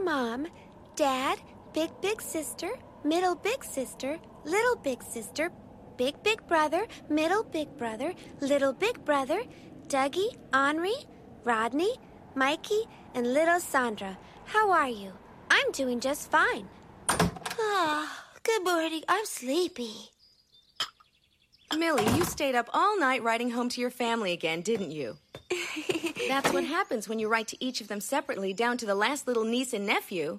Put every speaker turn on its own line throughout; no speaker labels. mom, dad, big big sister, middle big sister, little big sister, big big brother, middle big brother, little big brother, Dougie, Henri, Rodney, Mikey, and little Sandra. How are you? I'm doing just fine. Ah, good morning. I'm sleepy.
Millie, you stayed up all night writing home to your family again, didn't you? That's what happens when you write to each of them separately, down to the last little niece and nephew.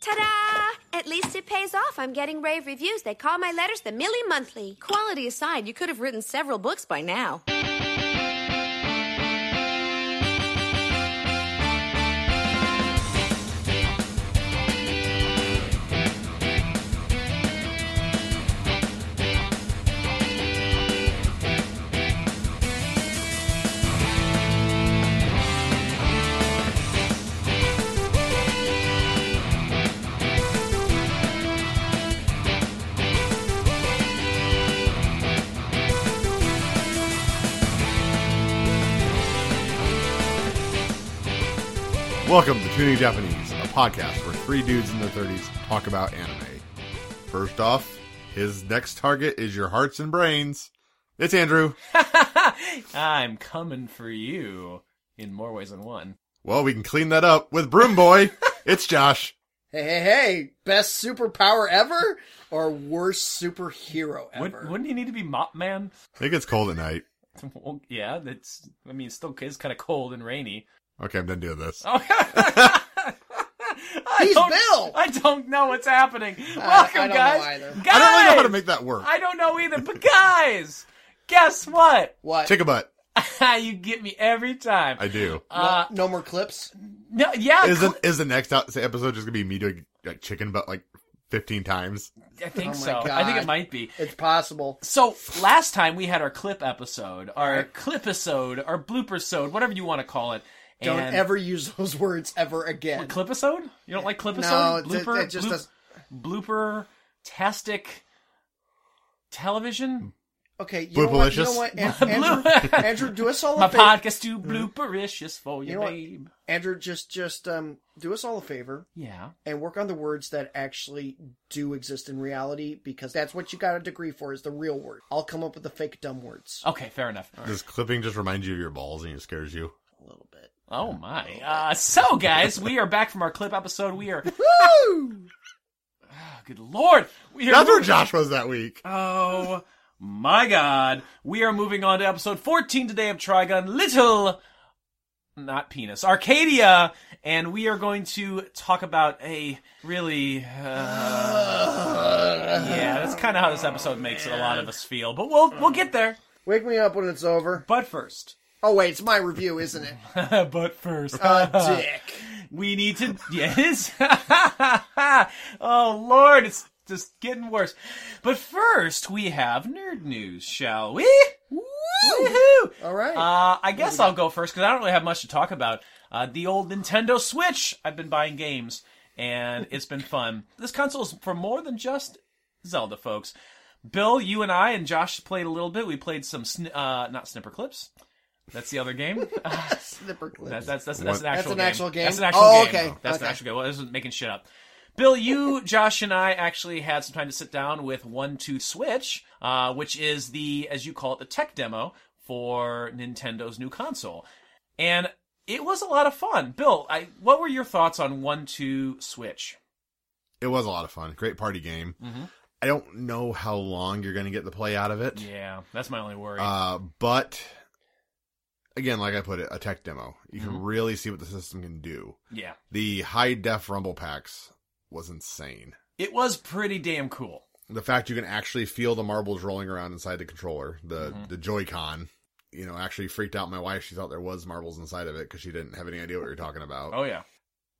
Ta-da! At least it pays off. I'm getting rave reviews. They call my letters the Millie Monthly.
Quality aside, you could have written several books by now.
Welcome to Tuning Japanese, a podcast where three dudes in their 30s talk about anime. First off, his next target is your hearts and brains. It's Andrew.
I'm coming for you in more ways than one.
Well, we can clean that up with Broom Boy. It's Josh.
Hey, hey, hey! Best superpower ever, or worst superhero
Would,
ever?
wouldn't he need to be Mop Man?
It gets cold at night.
Well, yeah, that's. I mean, it still is kind of cold and rainy.
Okay, I'm done doing this.
Oh, I
He's
don't-
Bill!
I don't know what's happening.
I
Welcome,
don't know
guys.
either.
Guys,
I don't really know how to make that work.
I don't know either. But guys, guess what?
What?
Take a butt.
you get me every time.
I do.
no,
uh,
no more clips.
no, yeah,
Is
cl-
the, is the next out- episode just going to be me doing like chicken butt like 15 times?
I think
Oh my
so. I think it
God.
might be.
It's possible.
So last time we had our clip episode, our clip episode, our blooper episode, whatever you want to call it.
Don't
and
ever use those words ever again.
clip episode. You don't like clip
no,
episode?
it, it- it just doesn't.
blooper tastic television.
Okay, you know what? You know what? An- Andrew, Andrew, do us all
My
a favor.
podcast too bloopericious for you,
Mm. You know what?
babe.
Andrew, just just um, do us all a favor
Yeah,
and work on the words that actually do exist in reality, because that's what you got a degree for is the real word. I'll come up with the fake dumb words.
okay, fair enough.
Does clipping just remind you of your balls and it scares you?
A little bit.
Oh my! Uh, so guys, we are back from our clip episode. We are.
Woo!
Oh, good lord, we are.
That's where Josh was that week.
Oh my god. We are moving on to episode 14 today of Trigon Little not penis arcadia and we are going to talk about a really uh, yeah that's kind of how this episode makes it a lot of us feel but we'll we'll get there
Wake me up when it's over.
but first
Oh wait, it's my review, isn't it?
but first
A Uh, dick.
we need to yes oh lord it's just getting worse but first we have nerd news shall we Woohoo!
All right.
Uh, I guess I'll go first because I don't really have much to talk about. Uh, the old Nintendo Switch. I've been buying games and it's been fun. This console is for more than just Zelda, folks. Bill, you and I and Josh played a little bit. We played some, sn- uh, not snipper clips. That's the other game. Uh,
Snipper clips.
that, that's that's that's an actual
an
game.
actual game?
That's an actual
Oh,
game.
okay.
That's an
Okay.
actual game. Well, this is making shit up. Bill, you, Josh, and I actually had some time to sit down with One Two Switch, uh, which is the, as you call it, the tech demo for Nintendo's new console, and it was a lot of fun. Bill, I, what were your thoughts on One Two Switch?
It was a lot of fun. Great party game.
Mm-hmm.
I don't know how long you're going to get the play out of it.
Yeah, that's my only worry.
Uh, but again, like I put it, a tech demo. You can
Mm-hmm.
really see what the system can do.
yeah,
The high def rumble packs was insane.
it was pretty damn cool.
The fact you can actually feel the marbles rolling around inside the controller, the
Mm-hmm.
the Joy-Con, you know, actually freaked out my wife. She thought there was marbles inside of it because she didn't have any idea what you're talking about.
Oh yeah,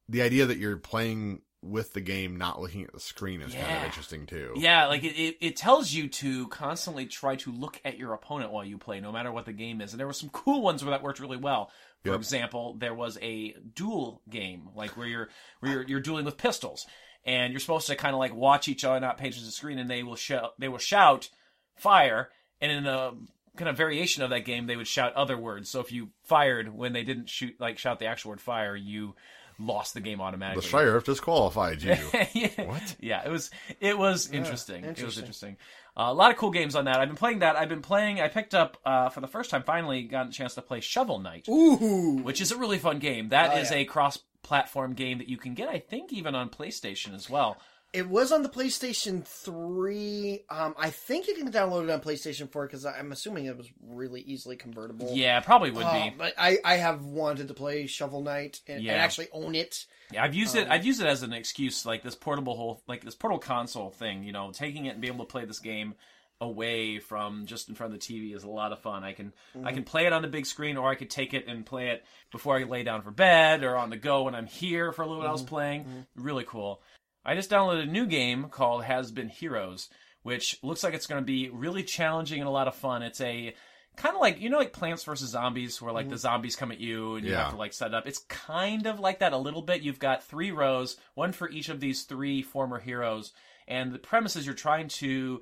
The idea that you're playing with the game, not looking at the screen, is kind
Yeah.
of interesting too.
Yeah, like it, it, it tells you to constantly try to look at your opponent while you play, no matter what the game is. And there were some cool ones where that worked really well. For
Yep.
example, there was a duel game, like where you're where you're, you're dueling with pistols, and you're supposed to kind of like watch each other, not pay attention to the screen, and they will shout they will shout fire, and in a kind of variation of that game, they would shout other words. So if you fired when they didn't shoot like shout the actual word fire, you lost the game
The
automatically.
sheriff disqualified you.
yeah.
What?
Yeah, it was it was interesting. It was
interesting.
interesting. Uh, a lot of cool games on that. I've been playing that. I've been playing. I picked up uh, for the first time. Finally, got a chance to play Shovel Knight,
Ooh.
which is a really fun game. That
Oh,
is
yeah.
a cross-platform game that you can get, I think, even on PlayStation as well.
It was on the PlayStation 3. Um, I think you can download it on PlayStation 4 because I'm assuming it was really easily convertible.
Yeah, probably would
Uh,
be.
but I, I have wanted to play Shovel Knight and,
Yeah.
and actually own it.
Yeah, I've used it.
um,
I've used it as an excuse, like this portable whole, like this portable console thing. You know, taking it and being able to play this game away from just in front of the TV is a lot of fun. I can I can play it on the big screen, or I could take it and play it before I lay down for bed, or on the go when I'm here for a little bit. I was playing really cool. I just downloaded a new game called Has Been Heroes, which looks like it's going to be really challenging and a lot of fun. It's a kind of like you know like Plants vs Zombies, where like the zombies come at you and you
Yeah.
have to like set up. It's kind of like that a little bit. You've got three rows, one for each of these three former heroes, and the premise is you're trying to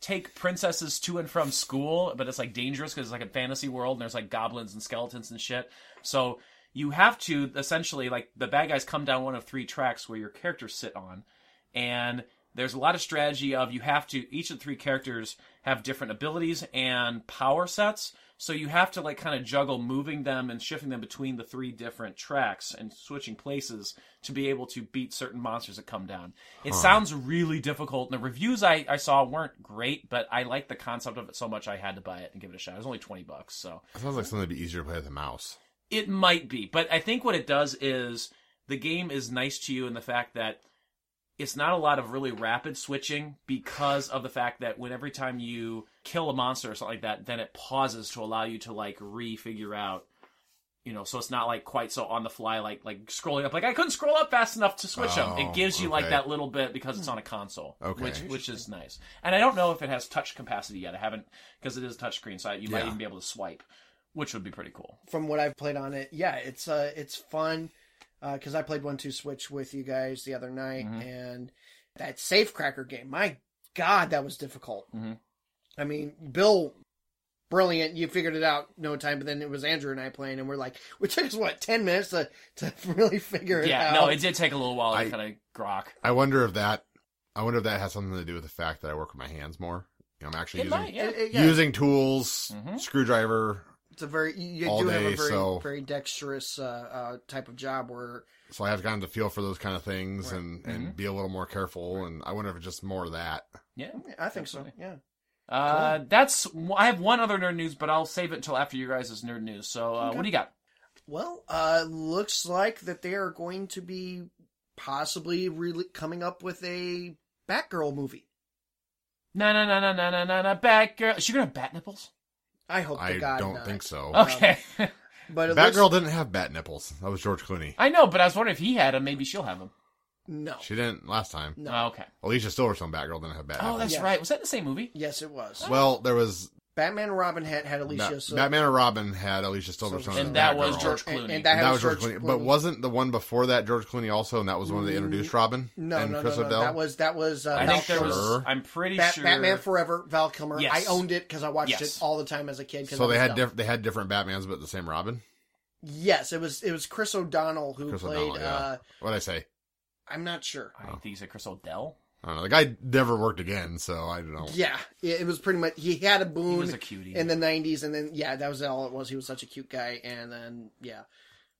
take princesses to and from school, but it's like dangerous because it's like a fantasy world and there's like goblins and skeletons and shit. So you have to essentially like the bad guys come down one of three tracks where your characters sit on, and there's a lot of strategy of you have to each of the three characters have different abilities and power sets so you have to like kind of juggle moving them and shifting them between the three different tracks and switching places to be able to beat certain monsters that come down it sounds really difficult and the reviews I, I saw weren't great but i liked the concept of it so much i had to buy it and give it a shot it was only 20 bucks so
That sounds like something that'd be easier to play with a mouse.
it might be, but I think what it does is the game is nice to you in the fact that it's not a lot of really rapid switching because of the fact that when every time you kill a monster or something like that, then it pauses to allow you to like refigure out, you know. So it's not like quite so on the fly, like like scrolling up. Like I couldn't scroll up fast enough to switch them.
Oh,
It gives you like
okay.
that little bit because it's on a console,
Okay.
which which is nice. And I don't know if it has touch capacity yet. I haven't because it is touchscreen, so you might
Yeah.
even be able to swipe, which would be pretty cool.
From what I've played on it, yeah, it's uh, it's fun because I played one two switch with you guys the other night,
Mm-hmm.
and that safecracker game. My God, that was difficult.
Mhm.
I mean, Bill, brilliant. You figured it out no time, but then it was Andrew and I playing, and we're like, it took us what ten minutes to to really figure it
yeah,
out.
no, it did take a little while to
I-
kind of grok.
I wonder if that. I wonder if that has something to do with the fact that I work with my hands more. You know, I'm actually
It
using
might, yeah.
It- it- yeah,
using tools,
Mhm.
screwdriver.
it's a very you,
all
you do have
day,
a very
so-
very dexterous uh, uh, type of job where
So I have gotten the feel for those kind of things
Right.
and
Mm-hmm.
and be a little more careful. And I wonder if it's just more of that.
Yeah.
I think so.
Absolutely.
Yeah.
Uh, That's. I have one other nerd news, but I'll save it until after you guys' nerd news. So, uh, what do you got?
Well, uh, looks like that they are going to be possibly really coming up with a Batgirl movie.
No, no, no, no, no, no, no, no. Batgirl. Is she gonna have bat nipples?
I hope.
I
to God
don't
not.
think so.
Okay.
But it
Batgirl
looks-
didn't have bat nipples. That was George Clooney.
I know, but I was wondering if he had them. Maybe she'll have them.
no.
She didn't last time.
No.
Oh, okay.
Alicia Silverstone Batgirl didn't have bat
Oh,
nipples.
that's
Yeah.
right. Was that in the same movie?
Yes, it was.
Well, there was
Batman and Robin had had Alicia.
Bat-
so,
Batman and Robin had Alicia Silverstone,
Silverstone.
And that was
Batgirl.
George
And-
Clooney.
and that-
And
had
that was George
George
Clooney. But
Clooney. Mm-hmm.
wasn't the one before that George Clooney also? And that was one that introduced Robin.
No,
and
no, no,
Chris
no,
O'Dell?
That was that was. Uh,
I
Val
think there was.
Kilmer's
Sure.
I'm pretty
Bat-
sure.
Batman Forever. Val Kilmer.
Yes.
I owned it because I watched
Yes.
it all the time as a kid. 'cause I
So they
was
had
dumb.
diff- they had different Batmans, but the same Robin.
Yes, it was. It was Chris O'Donnell who
Chris
played.
O'Donnell. Yeah.
uh,
What'd I say?
I'm not sure.
I think he's a Chris O'Dell.
I don't know. The guy never worked again, so I don't know.
Yeah, it, it was pretty much. He had a boon.
He Oh. was a cutie.
in the 90s and then yeah that was all it was he was such a cute guy and then yeah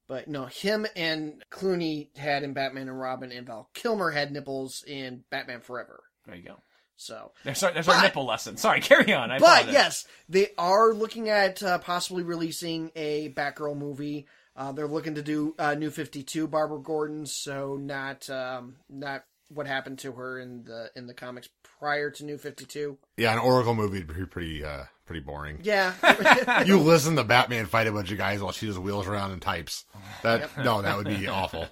but no him and clooney had in batman and robin and val kilmer had nipples in batman forever
There you go.
so
There's our, there's our
But-
nipple lesson. Sorry, carry on. I
but
apologize.
yes they are looking at uh, possibly releasing a batgirl movie uh, they're looking to do uh, new 52 barbara gordon so not um, not what happened to her in the in the comics prior to new 52
Yeah, an Oracle movie would be pretty uh, pretty boring.
yeah
You listen to Batman fight a bunch of guys while she just wheels around and types. That no, that would be awful.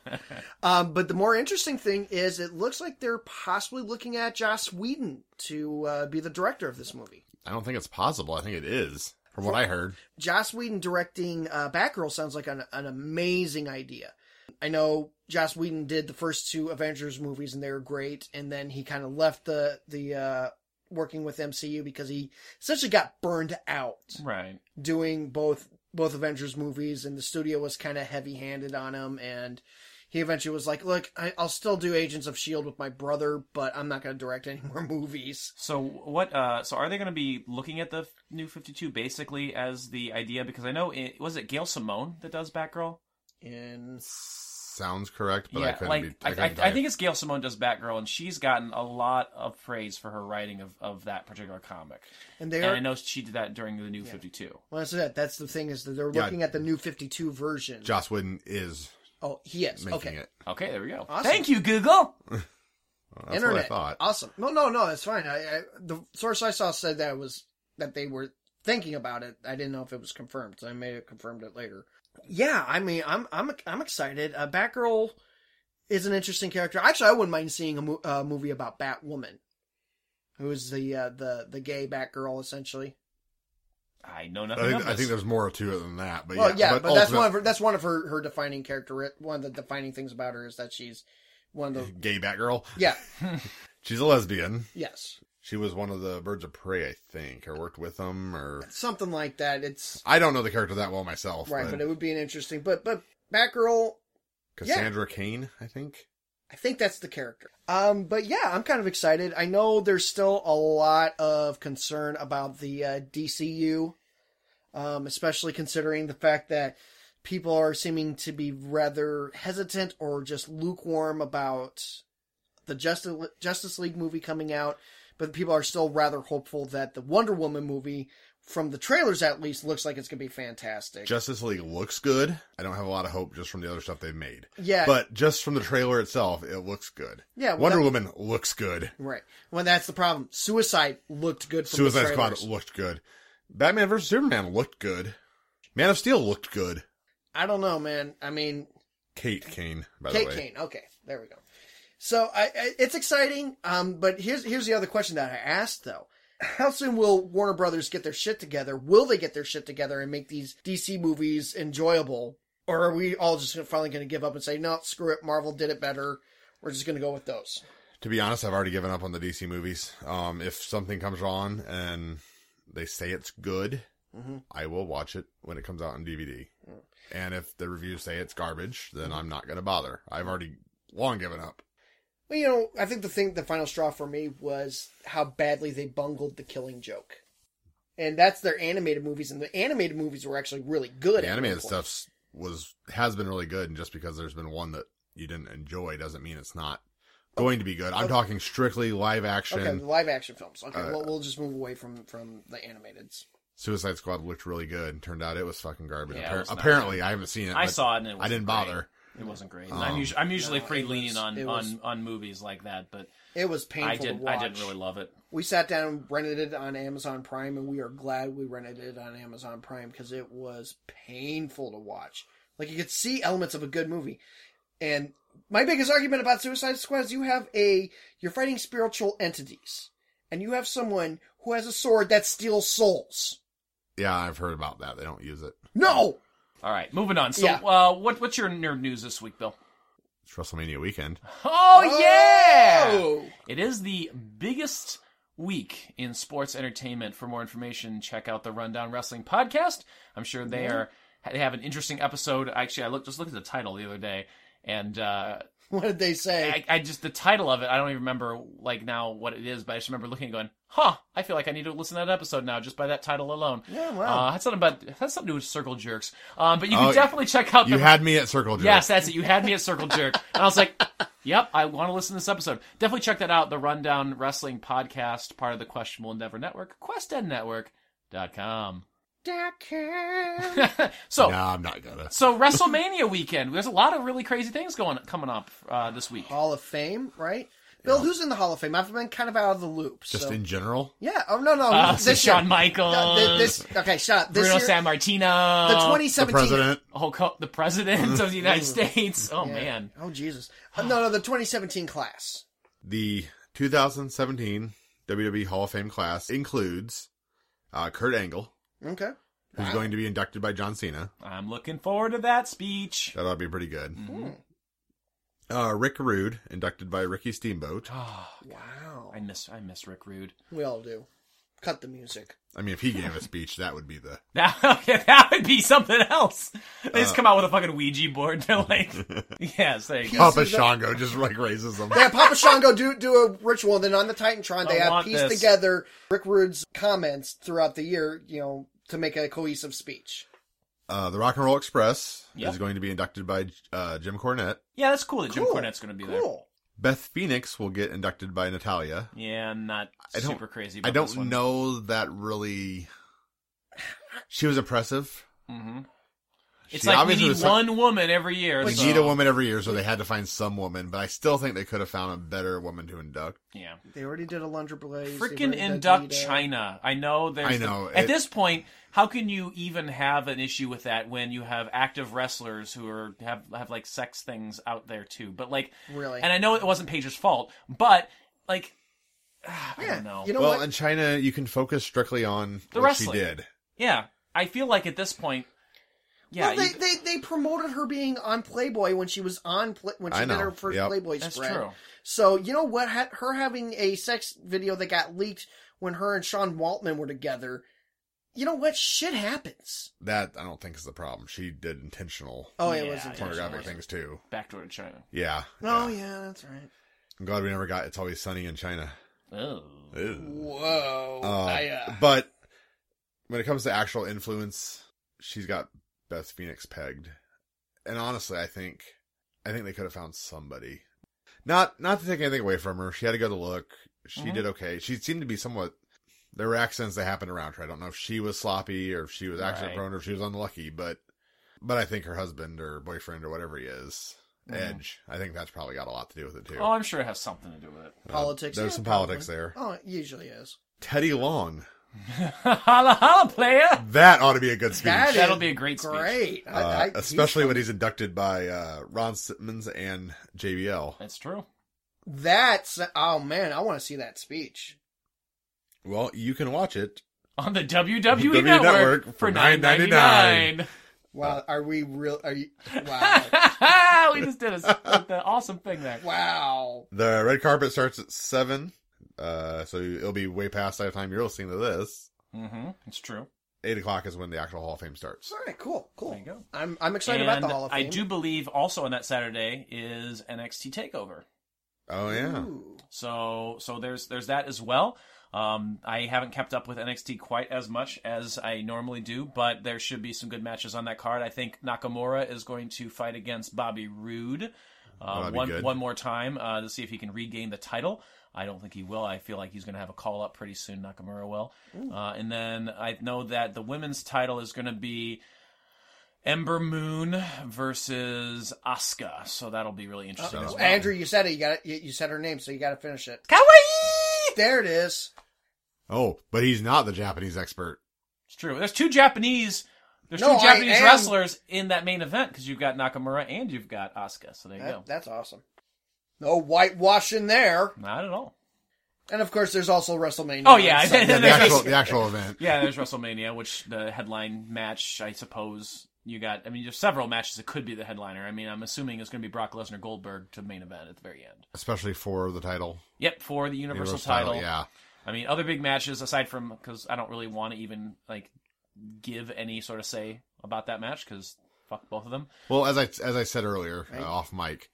Um, but the more interesting thing is, it looks like they're possibly looking at Joss Whedon to uh, be the director of this movie.
I don't think it's possible. I think it is, from what I heard.
Joss Whedon directing uh, Batgirl sounds like an, an amazing idea. I know Joss Whedon did the first two Avengers movies and they were great, and then he kind of left the the uh, working with MCU because he essentially got burned out
Right.
doing both both Avengers movies, and the studio was kind of heavy handed on him, and he eventually was like, "Look, I, I'll still do Agents of Shield E with my brother, but I'm not going to direct any more movies."
So what? Uh, so are they going to be looking at the f- new Fifty Two basically as the idea? Because I know it was it Gail Simone that does Batgirl.
And
Sounds correct, but I couldn't
like
be.
I,
couldn't
I,
tell
I
you.
think it's Gail Simone does Batgirl, and she's gotten a lot of praise for her writing of, of that particular comic.
and they
And
are
I know she did that during the new Fifty Two.
well, that's it. That's the thing is that they're
Yeah.
looking at the new 52 version.
Joss Whedon is
oh, he is
making
okay.
it.
Okay, there we go.
Awesome.
Thank you, Google.
That's what
Internet,
I thought.
awesome. No, no, no, that's fine. I, I the source I saw said that was that they were thinking about it. I didn't know if it was confirmed, so I may have confirmed it later. Yeah, I mean, I'm I'm I'm excited. Uh, Batgirl is an interesting character. Actually, I wouldn't mind seeing a mo- uh, movie about Batwoman, who is the uh, the the gay Batgirl essentially.
I know nothing.
I think,
of
I
this.
think there's more to it than that, but
Well, yeah,
but,
but, that's
ultimate-
one of her, that's one of her her defining character. One of the defining things about her is that she's one of the
gay Batgirl.
yeah
She's a lesbian.
yes
She was one of the Birds of Prey, I think, or worked with them, or
something like that. It's
I don't know the character that well myself.
right, but it would be an interesting. But but Batgirl,
Cassandra Kane, I think.
I think that's the character. Um, but yeah, I'm kind of excited. I know there's still a lot of concern about the uh, DCU, um, especially considering the fact that people are seeming to be rather hesitant or just lukewarm about the Justice Justice League movie coming out. But people are still rather hopeful that the Wonder Woman movie, from the trailers at least, looks like it's going to be fantastic.
Justice League looks good. I don't have a lot of hope just from the other stuff they've made.
Yeah.
But just from the trailer itself, it looks good.
Yeah, well,
Wonder
that-
Woman looks good.
Right. Well, that's the problem. Suicide looked good. From
Suicide
the
Squad
trailers.
looked good. Batman vs Superman looked good. Man of Steel looked good.
I don't know, man. I mean,
Kate Kane, by the
Kate
way.
Kane. Okay, there we go. So I, I, it's exciting. Um, but here's here's the other question that I asked though. How soon will Warner Brothers get their shit together? Will they get their shit together and make these DC movies enjoyable, or are we all just finally going to give up and say, "No, screw it, Marvel did it better. We're just going to go with those."
To be honest, I've already given up on the DC movies. Um, if something comes on and they say it's good,
Mm-hmm.
I will watch it when it comes out on DVD. And if the reviews say it's garbage,
Mm-hmm.
then I'm not going to bother. I've already long given up.
Well, you know, I think the thing, the final straw for me was how badly they bungled the Killing Joke, and that's their animated movies, and the animated movies were actually really good.
the
at
animated
one point.
stuff was has been really good, and just because there's been one that you didn't enjoy doesn't mean it's not going to be good. I'm talking strictly live action.
Okay, the live action films. Okay,
Uh,
well, we'll just move away from from the animateds.
Suicide Squad looked really good, and turned out it was fucking garbage.
Yeah, it
Appar-
was not
apparently, I haven't seen it.
I
but
saw it and it
I
wasn't
didn't
great.
bother.
It wasn't great.
Um,
And I'm usually I'm usually pretty leaning on,
it was-
on on movies like that, but
It was painful
I
to
did I
watch.
didn't really love it.
We sat down, and rented it on Amazon Prime, and we are glad we rented it on Amazon Prime because it was painful to watch. Like you could see elements of a good movie, and my biggest argument about Suicide Squad is you have a you're fighting spiritual entities, and you have someone who has a sword that steals souls.
Yeah, I've heard about that. They don't use it.
No,
All right, moving on. So,
Yeah.
uh, what what's your nerd news this week, Bill?
It's WrestleMania weekend.
Oh, yeah!
Oh!
It is the biggest week in sports entertainment. For more information, check out the Rundown Wrestling podcast. I'm sure they are they have an interesting episode. Actually, I looked just looked at the title the other day, and uh,
What did they say?
I, I just the title of it. I don't even remember like now what it is, but I just remember looking and going, "Huh." I feel like I need to listen to that episode now just by that title alone.
Yeah, wow.
Uh, that's something about that's something to do with circle jerks. Um, but you can
Oh,
definitely check out
You
the
had me at Circle Jerk.
Yes, that's it. You had me at Circle Jerk. And I was like, yep, I want to listen to this episode. Definitely check that out. The Rundown Wrestling Podcast, part of the Questionable Endeavor Network, questendnetwork.com. so,
No, I'm not gonna.
so WrestleMania weekend, there's a lot of really crazy things going coming up uh, this week.
Hall of Fame, right? Bill, who's in the Hall of Fame? I've been kind of out of the loop.
Just
so.
in general,
Yeah. Oh no no.
Uh,
this
so
year.
Shawn Michaels,
No, thi- this okay. Shot this
Uh, Bruno uh,
year.
San Martino,
the
the
2017.
president.
Hulk Ho- the President of the United States. Oh,
Yeah.
man.
Oh Jesus. Uh, no no. The 2017 class.
The 2017 WWE E Hall of Fame class includes uh, Kurt Angle,
Okay.
who's going to be inducted by John Cena.
I'm looking forward to that speech.
That ought to be pretty good. Uh, Rick Rude, inducted by Ricky Steamboat.
Wow.
I miss I miss Rick Rude.
We all do. Cut the music.
I mean, if he gave a speech, that would be the
Now, okay, that would be something else.
Uh.
They just come out with a fucking Ouija board. They're like, yes, there you go.
Papa Shango just like raises them.
Yeah, Papa Shango do do a ritual, and then on the Titantron they
I
have
want
pieced
this.
together Rick Rude's comments throughout the year, you know, to make a cohesive speech.
Uh, the Rock and Roll Express
Yep.
is going to be inducted by uh, Jim Cornette.
Yeah, that's cool that Jim
Cool.
Cornette's going to be
Cool.
Beth Phoenix will get inducted by Natalia.
there. Yeah, I'm not
I don't-
super crazy. About
I
this
don't
one.
know that really. She was oppressive.
hmm It's
She
like we
obviously
need
was some-
one woman every year.
They
so-
need a woman every year, so they had to find some woman. But I still think they could have found a better woman to induct.
Yeah.
They already did a Lunder Blaze. they've
Freaking
already done
induct
Vita.
China. I know there's.
I
the-
know,
at
it-
this point, how can you even have an issue with that when you have active wrestlers who are have have like sex things out there too? But like,
Really?
and I know it wasn't Paige's fault, but like, I
Yeah,
don't know.
You know
well,
what?
in China, you can focus strictly on
The
what
wrestling.
she did.
yeah, I feel like at this point, yeah,
well, they,
you-
they they promoted her being on Playboy when she was on Pla- when she
I
did
know,
her first
yep.
Playboy
that's
spread.
true.
So you know what? Ha- her having a sex video that got leaked when her and Sean Waltman were together. You know what? Shit happens.
That I don't think is the problem. She did intentional
Oh, it
Yeah,
was
yeah,
pornographic
intentional.
things too.
Backdoor to China.
Yeah.
Oh yeah, that's right.
I'm glad we never got "It's Always Sunny in China."
Oh,
Ew.
Whoa.
Uh,
I, uh,
But when it comes to actual influence, she's got Beth Phoenix pegged. And honestly, I think I think they could have found somebody. Not not to take anything away from her. She had a good look. She
Mhm.
did okay. She seemed to be somewhat. There were accidents that happened around her. I don't know if she was sloppy or if she was accident
Right.
prone or if she was unlucky, but but I think her husband or boyfriend or whatever he is, Edge. I think that's probably got a lot to do with it too.
oh, I'm sure it has something to do with it.
politics.
There's
yeah,
some
probably.
politics there.
Oh, it usually is.
Teddy Long.
holla, holla, player.
That ought to be a good speech.
That
That'll
is
be a great speech.
Great. I-
Uh,
I- he's-
especially when he's inducted by uh, Ron Simmons and JBL.
That's true.
that's oh man, I want to see that speech.
Well, you can watch it.
On the WWE
WWE
E Network,
Network
for
for
nine ninety
$9.99.
nine.
Uh.
Wow, are we real? Are you? Wow,
we just did a, an awesome thing there.
wow.
The red carpet starts at seven, uh, so it'll be way past that time you're listening to this.
Mm-hmm. It's true.
Eight o'clock is when the actual Hall of Fame starts.
All right, cool, cool.
There you go.
I'm I'm excited
and
about the Hall of Fame.
I do believe also on that Saturday is NXT Takeover.
Oh yeah,
Ooh.
So so there's there's that as well. Um, I haven't kept up with NXT quite as much as I normally do, but there should be some good matches on that card. I think Nakamura is going to fight against Bobby Roode uh,
That'd be
one
good.
one more time uh, to see if he can regain the title. I don't think he will. I feel like he's going to have a call up pretty soon. Nakamura will, uh, and then I know that the women's title is going to be Ember Moon versus Asuka. So that'll be really
Oh,
interesting. as well.
Oh, Andrew, you said it. You got You, you said her name, so you got to finish it.
Kawaii!
There it is.
Oh, but he's not the Japanese expert.
It's true. There's two Japanese. There's
No,
two
I
Japanese
am-
wrestlers in that main event because you've got Nakamura and you've got Asuka. So there you
That-
go.
that's awesome. No whitewashing there.
Not at all.
And of course, there's also WrestleMania.
Oh, yeah,
on
I-
Sunday.
Yeah, the actual the actual event.
Yeah, there's WrestleMania, which the headline match, I suppose. You got, I mean, there's several matches that could be the headliner. I mean, I'm assuming it's going to be Brock Lesnar Goldberg to main event at the very end.
Especially for the title,
Yep, for the Universal,
Universal
title.
Yeah,
I mean, other big matches aside from, because I don't really want to even, like, give any sort of say about that match because fuck both of them.
Well, as I as I said earlier uh, off mic,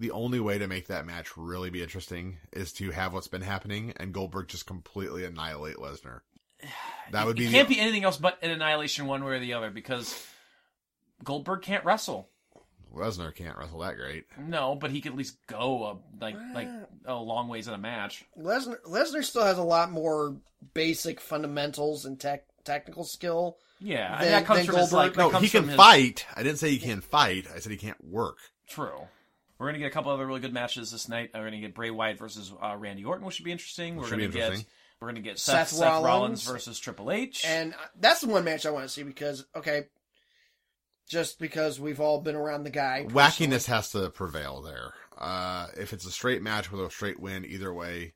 the only way to make that match really be interesting is to have what's been happening and Goldberg just completely annihilate Lesnar. That would be
it
the-
can't be anything else but an annihilation one way or the other because Goldberg can't wrestle.
Lesnar can't wrestle that great.
No, but he could at least go a, like like a long ways in a match.
Lesnar Lesnar still has a lot more basic fundamentals and tech technical skill.
Yeah, and
Then-
that comes
then
from his
Goldberg-
like that
No,
comes
he
from
can
his-
fight. I didn't say he can fight. I said he can't work.
True. We're gonna get a couple other really good matches this night. We're gonna get Bray Wyatt versus uh, Randy Orton, which should be interesting. We're
Should
gonna
be
get
interesting.
we're gonna get Seth,
Seth
Seth Rollins.
Rollins.
versus Triple H.
And I- that's the one match I want to see because okay, just because we've all been around the guy.
Wackiness has to prevail there. Uh, if it's a straight match with a straight win, either way,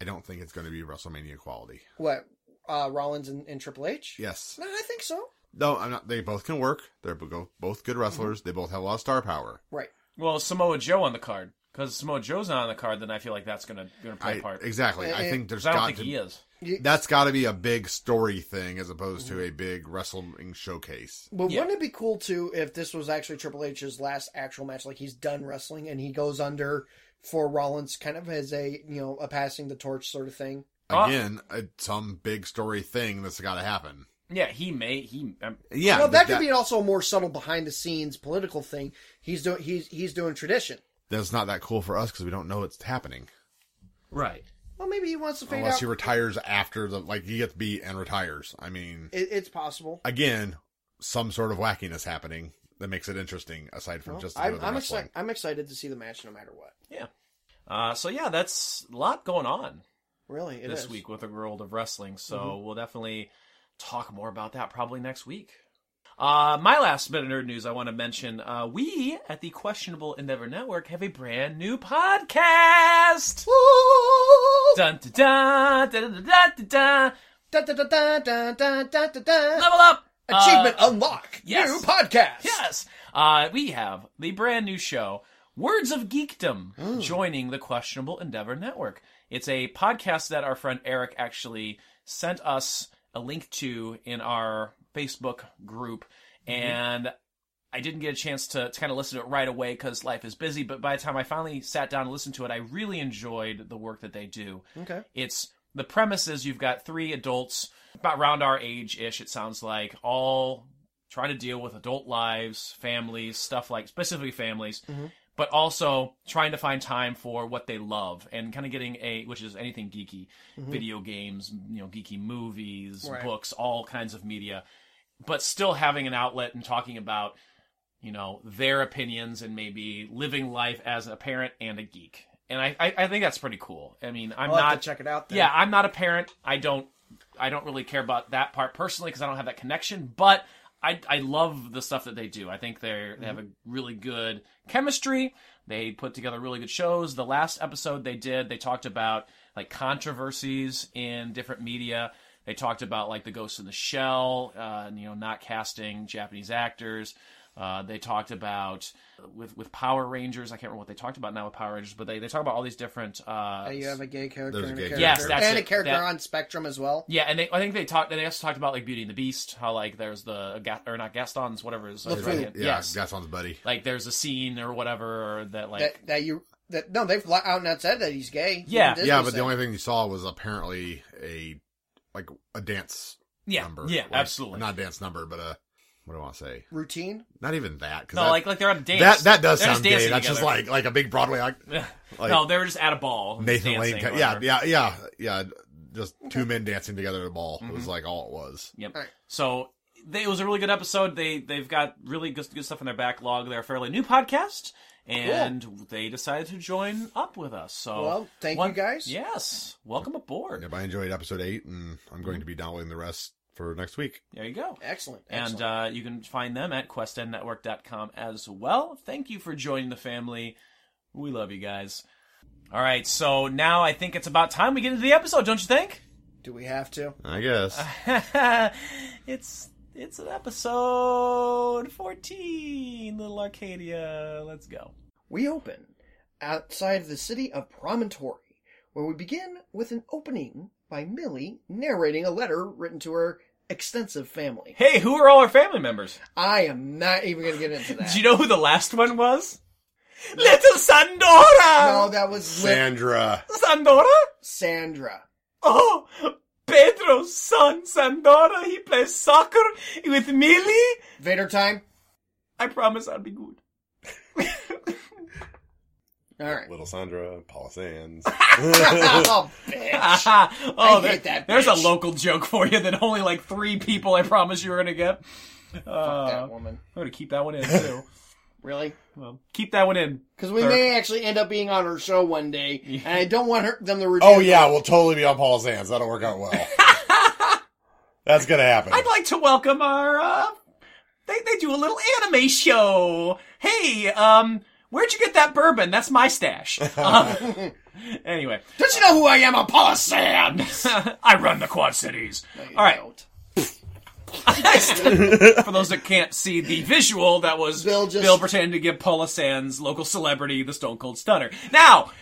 I don't think it's going to be WrestleMania quality.
What uh, Rollins and, and Triple H?
Yes.
No, I think so.
No, I'm not. They both can work. They're bo- both
Mm-hmm.
good wrestlers. They both have a lot of star power.
Right.
well, Samoa Joe on the card because Samoa Joe's not on the card. Then I feel like that's gonna gonna play
I-
a part.
exactly. I
Eh,
think there's
'Cause I don't
got
think
to
he is.
That's got to be a big story thing as opposed
Mm-hmm.
to a big wrestling showcase.
But
Yeah.
wouldn't it be cool too if this was actually Triple H's last actual match? Like he's done wrestling and he goes under for Rollins, kind of as a you know a passing the torch sort of thing.
Uh,
Again, uh, some big story thing that's got to happen.
Yeah, he may he um,
Yeah,
well,
but
that could be also a more subtle behind the scenes political thing. He's doing he's he's doing tradition.
that's not that cool for us because we don't know it's happening
right.
Well, maybe he wants to figure
unless
out.
he retires after the like he gets beat and retires. I mean,
it, it's possible.
again, some sort of wackiness happening that makes it interesting aside from
Well,
just the
I'm,
good
I'm
wrestling.
excited. I'm excited to see the match no matter what.
Yeah. Uh, so yeah, that's a lot going on
Really, it is Mm-hmm.
this week with the world of wrestling. So we'll definitely talk more about that probably next week. Uh, my last bit of nerd news I want to mention. Uh, we at the Questionable Endeavor Network have a brand new podcast. Dun, dun, dun, dun, dun, dun, dun, dun.
Da, da, da, da, da, da, da, da, da.
Level up.
Achievement unlock.
Uh, yes.
New podcast.
Yes. Uh, we have the brand new show, Words of Geekdom, joining the Questionable Endeavor Network. It's a podcast that our friend Eric actually sent us a link to in our Facebook group. And I didn't get a chance to, to kind of listen to it right away because life is busy. But by the time I finally sat down and listened to it, I really enjoyed the work that they do.
Okay.
It's the premise is you've got three adults about around our age ish, it sounds like, all trying to deal with adult lives, families, stuff like specifically families,
Mm-hmm.
but also trying to find time for what they love and kind of getting a which is anything geeky, video games, you know, geeky movies,
Mm-hmm. Right.
books, all kinds of media, but still having an outlet and talking about you know their opinions and maybe living life as a parent and a geek. And I, I, I think that's pretty cool. I mean, I'm
I'll
not
have to check it out. Then.
yeah, I'm not a parent. I don't I don't really care about that part personally because I don't have that connection, but I I love the stuff that they do. I think they are they have a really good chemistry. They put together really good shows. The last episode they did, they talked about like controversies in different media. They talked about like the Ghost in the Shell, uh, and, you know, not casting Japanese actors. Uh, they talked about with with Power Rangers. I can't remember what they talked about now with Power Rangers, but they, they talk about all these different. Uh,
Uh, you have a gay character
There's a
and
gay
a character,
Yes, character.
that's
and a
it.
character
That-
on Spectrum as well.
Yeah, and they, I think they talked. They also talked about like Beauty and the Beast. How like there's the Ga- or not Gaston's whatever is
LeFou.
right hand.
yeah,
yes,
Gaston's buddy.
like there's a scene or whatever or that like
that that you that no, they've flat out and out said that he's gay.
Yeah.
Even Disney
yeah, but
said
the only thing you saw was apparently a like a dance
yeah,
number.
yeah,
Like,
absolutely.
Not dance number, but a what do I want to say?
routine.
Not even that. 'cause
no,
that,
like like they're on a dance.
that that does
They're just
sound gay.
dancing
That's just
together.
like like a big Broadway act. like-
no, they were just at a ball. just
Nathan Lane.
dancing
Ca-
or
yeah,
whatever.
yeah, yeah, yeah. Just two men dancing together at a ball
Mm-hmm.
It was like all it was.
Yep.
Alright.
So they, it was a really good episode. They they've got really good, good stuff in their backlog. They're a fairly new podcast, and they decided to join up with us. So
Well, thank you guys.
Yes, welcome aboard.
Yep, I enjoyed episode eight, and I'm going to be downloading the rest for next week.
There you go.
Excellent.
And
excellent.
uh, you can find them at questendnetwork.com as well. Thank you for joining the family. We love you guys. All right, so now I think it's about time we get into the episode, don't you think?
do we have to?
I guess.
it's it's an episode 14, Little Arcadia. Let's go.
We open outside the city of Promontory, where we begin with an opening by Millie narrating a letter written to her extensive family.
Hey, who are all our family members?
I am not even going to get into that.
Do you know who the last one was? Little Sandora!
no, that was with
Sandra.
Sandora?
Sandra.
Oh, Pedro's son, Sandora, he plays soccer with Millie.
Vader time.
I promise I'll be good.
All right.
Little Sandra, Paula Sands.
oh, bitch.
oh,
I
there-
hate that
there's a
bitch.
local joke for you that only like three people I promise you were gonna get. Uh,
that woman.
I'm gonna keep that one in too.
Really?
well, keep that one in.
Because we
Sure.
may actually end up being on her show one day, and I don't want her, them to review.
oh yeah, we'll totally be on Paula Sands. That'll work out well. That's gonna happen.
I'd like to welcome our. Uh, they they do a little anime show. Hey, um, where'd you get that bourbon? That's my stash. Uh, anyway,
Don't you know who I am? I'm Paula Sand.
I run the Quad Cities. All right, For those that can't see the visual, that was Bill,
Bill just-
pretending to give Paula Sands, local celebrity, the Stone Cold Stunner. Now,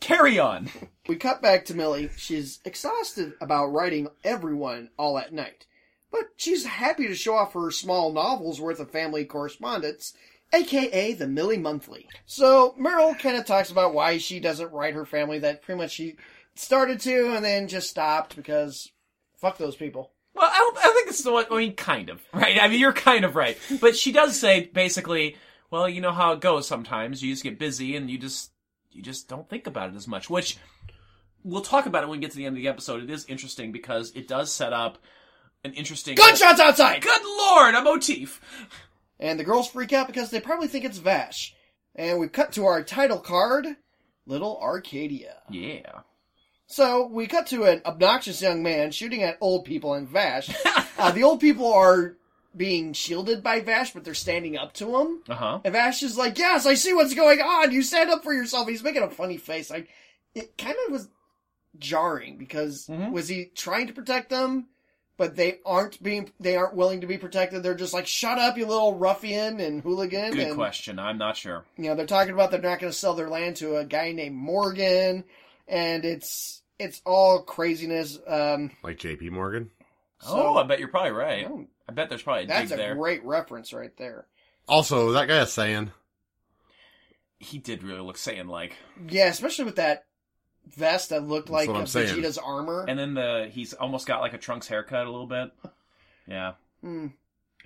Carry on.
We cut back to Millie. She's exhausted about writing everyone all at night, but she's happy to show off her small novel's worth of family correspondence, aka the Millie Monthly. So Merle kind of talks about why she doesn't write her family that pretty much she started to and then just stopped because fuck those people.
Well, I, don't- I think it's the one. I mean, kind of right. I mean, you're kind of right, but she does say basically, well, you know how it goes. Sometimes you just get busy and you just you just don't think about it as much. Which we'll talk about it when we get to the end of the episode. It is interesting because it does set up an interesting
Gunshots outside!
Good lord, a motif.
And the girls freak out because they probably think it's Vash. And we cut to our title card, Little Arcadia.
Yeah.
So we cut to an obnoxious young man shooting at old people in Vash. uh, the old people are being shielded by Vash, but they're standing up to him.
Uh huh.
And Vash is like, "Yes, I see what's going on. You stand up for yourself." He's making a funny face. Like it kind of was jarring because
Mm-hmm.
was he trying to protect them? But they aren't being, they aren't willing to be protected. They're just like, shut up, you little ruffian and hooligan.
Good
and,
question. I'm not sure.
you know they're talking about they're not going to sell their land to a guy named Morgan, and it's it's all craziness. Um,
Like J.P. Morgan.
So-
oh, I bet you're probably right.
Oh.
I bet there's probably a dig
that's a
there.
great reference right there.
Also, that guy is saying
He did really look saying like,
Yeah, especially with that vest that looked
That's
like
what I'm
Vegeta's
saying.
armor.
and then the he's almost got like a Trunks haircut a little bit. Yeah,
Hmm,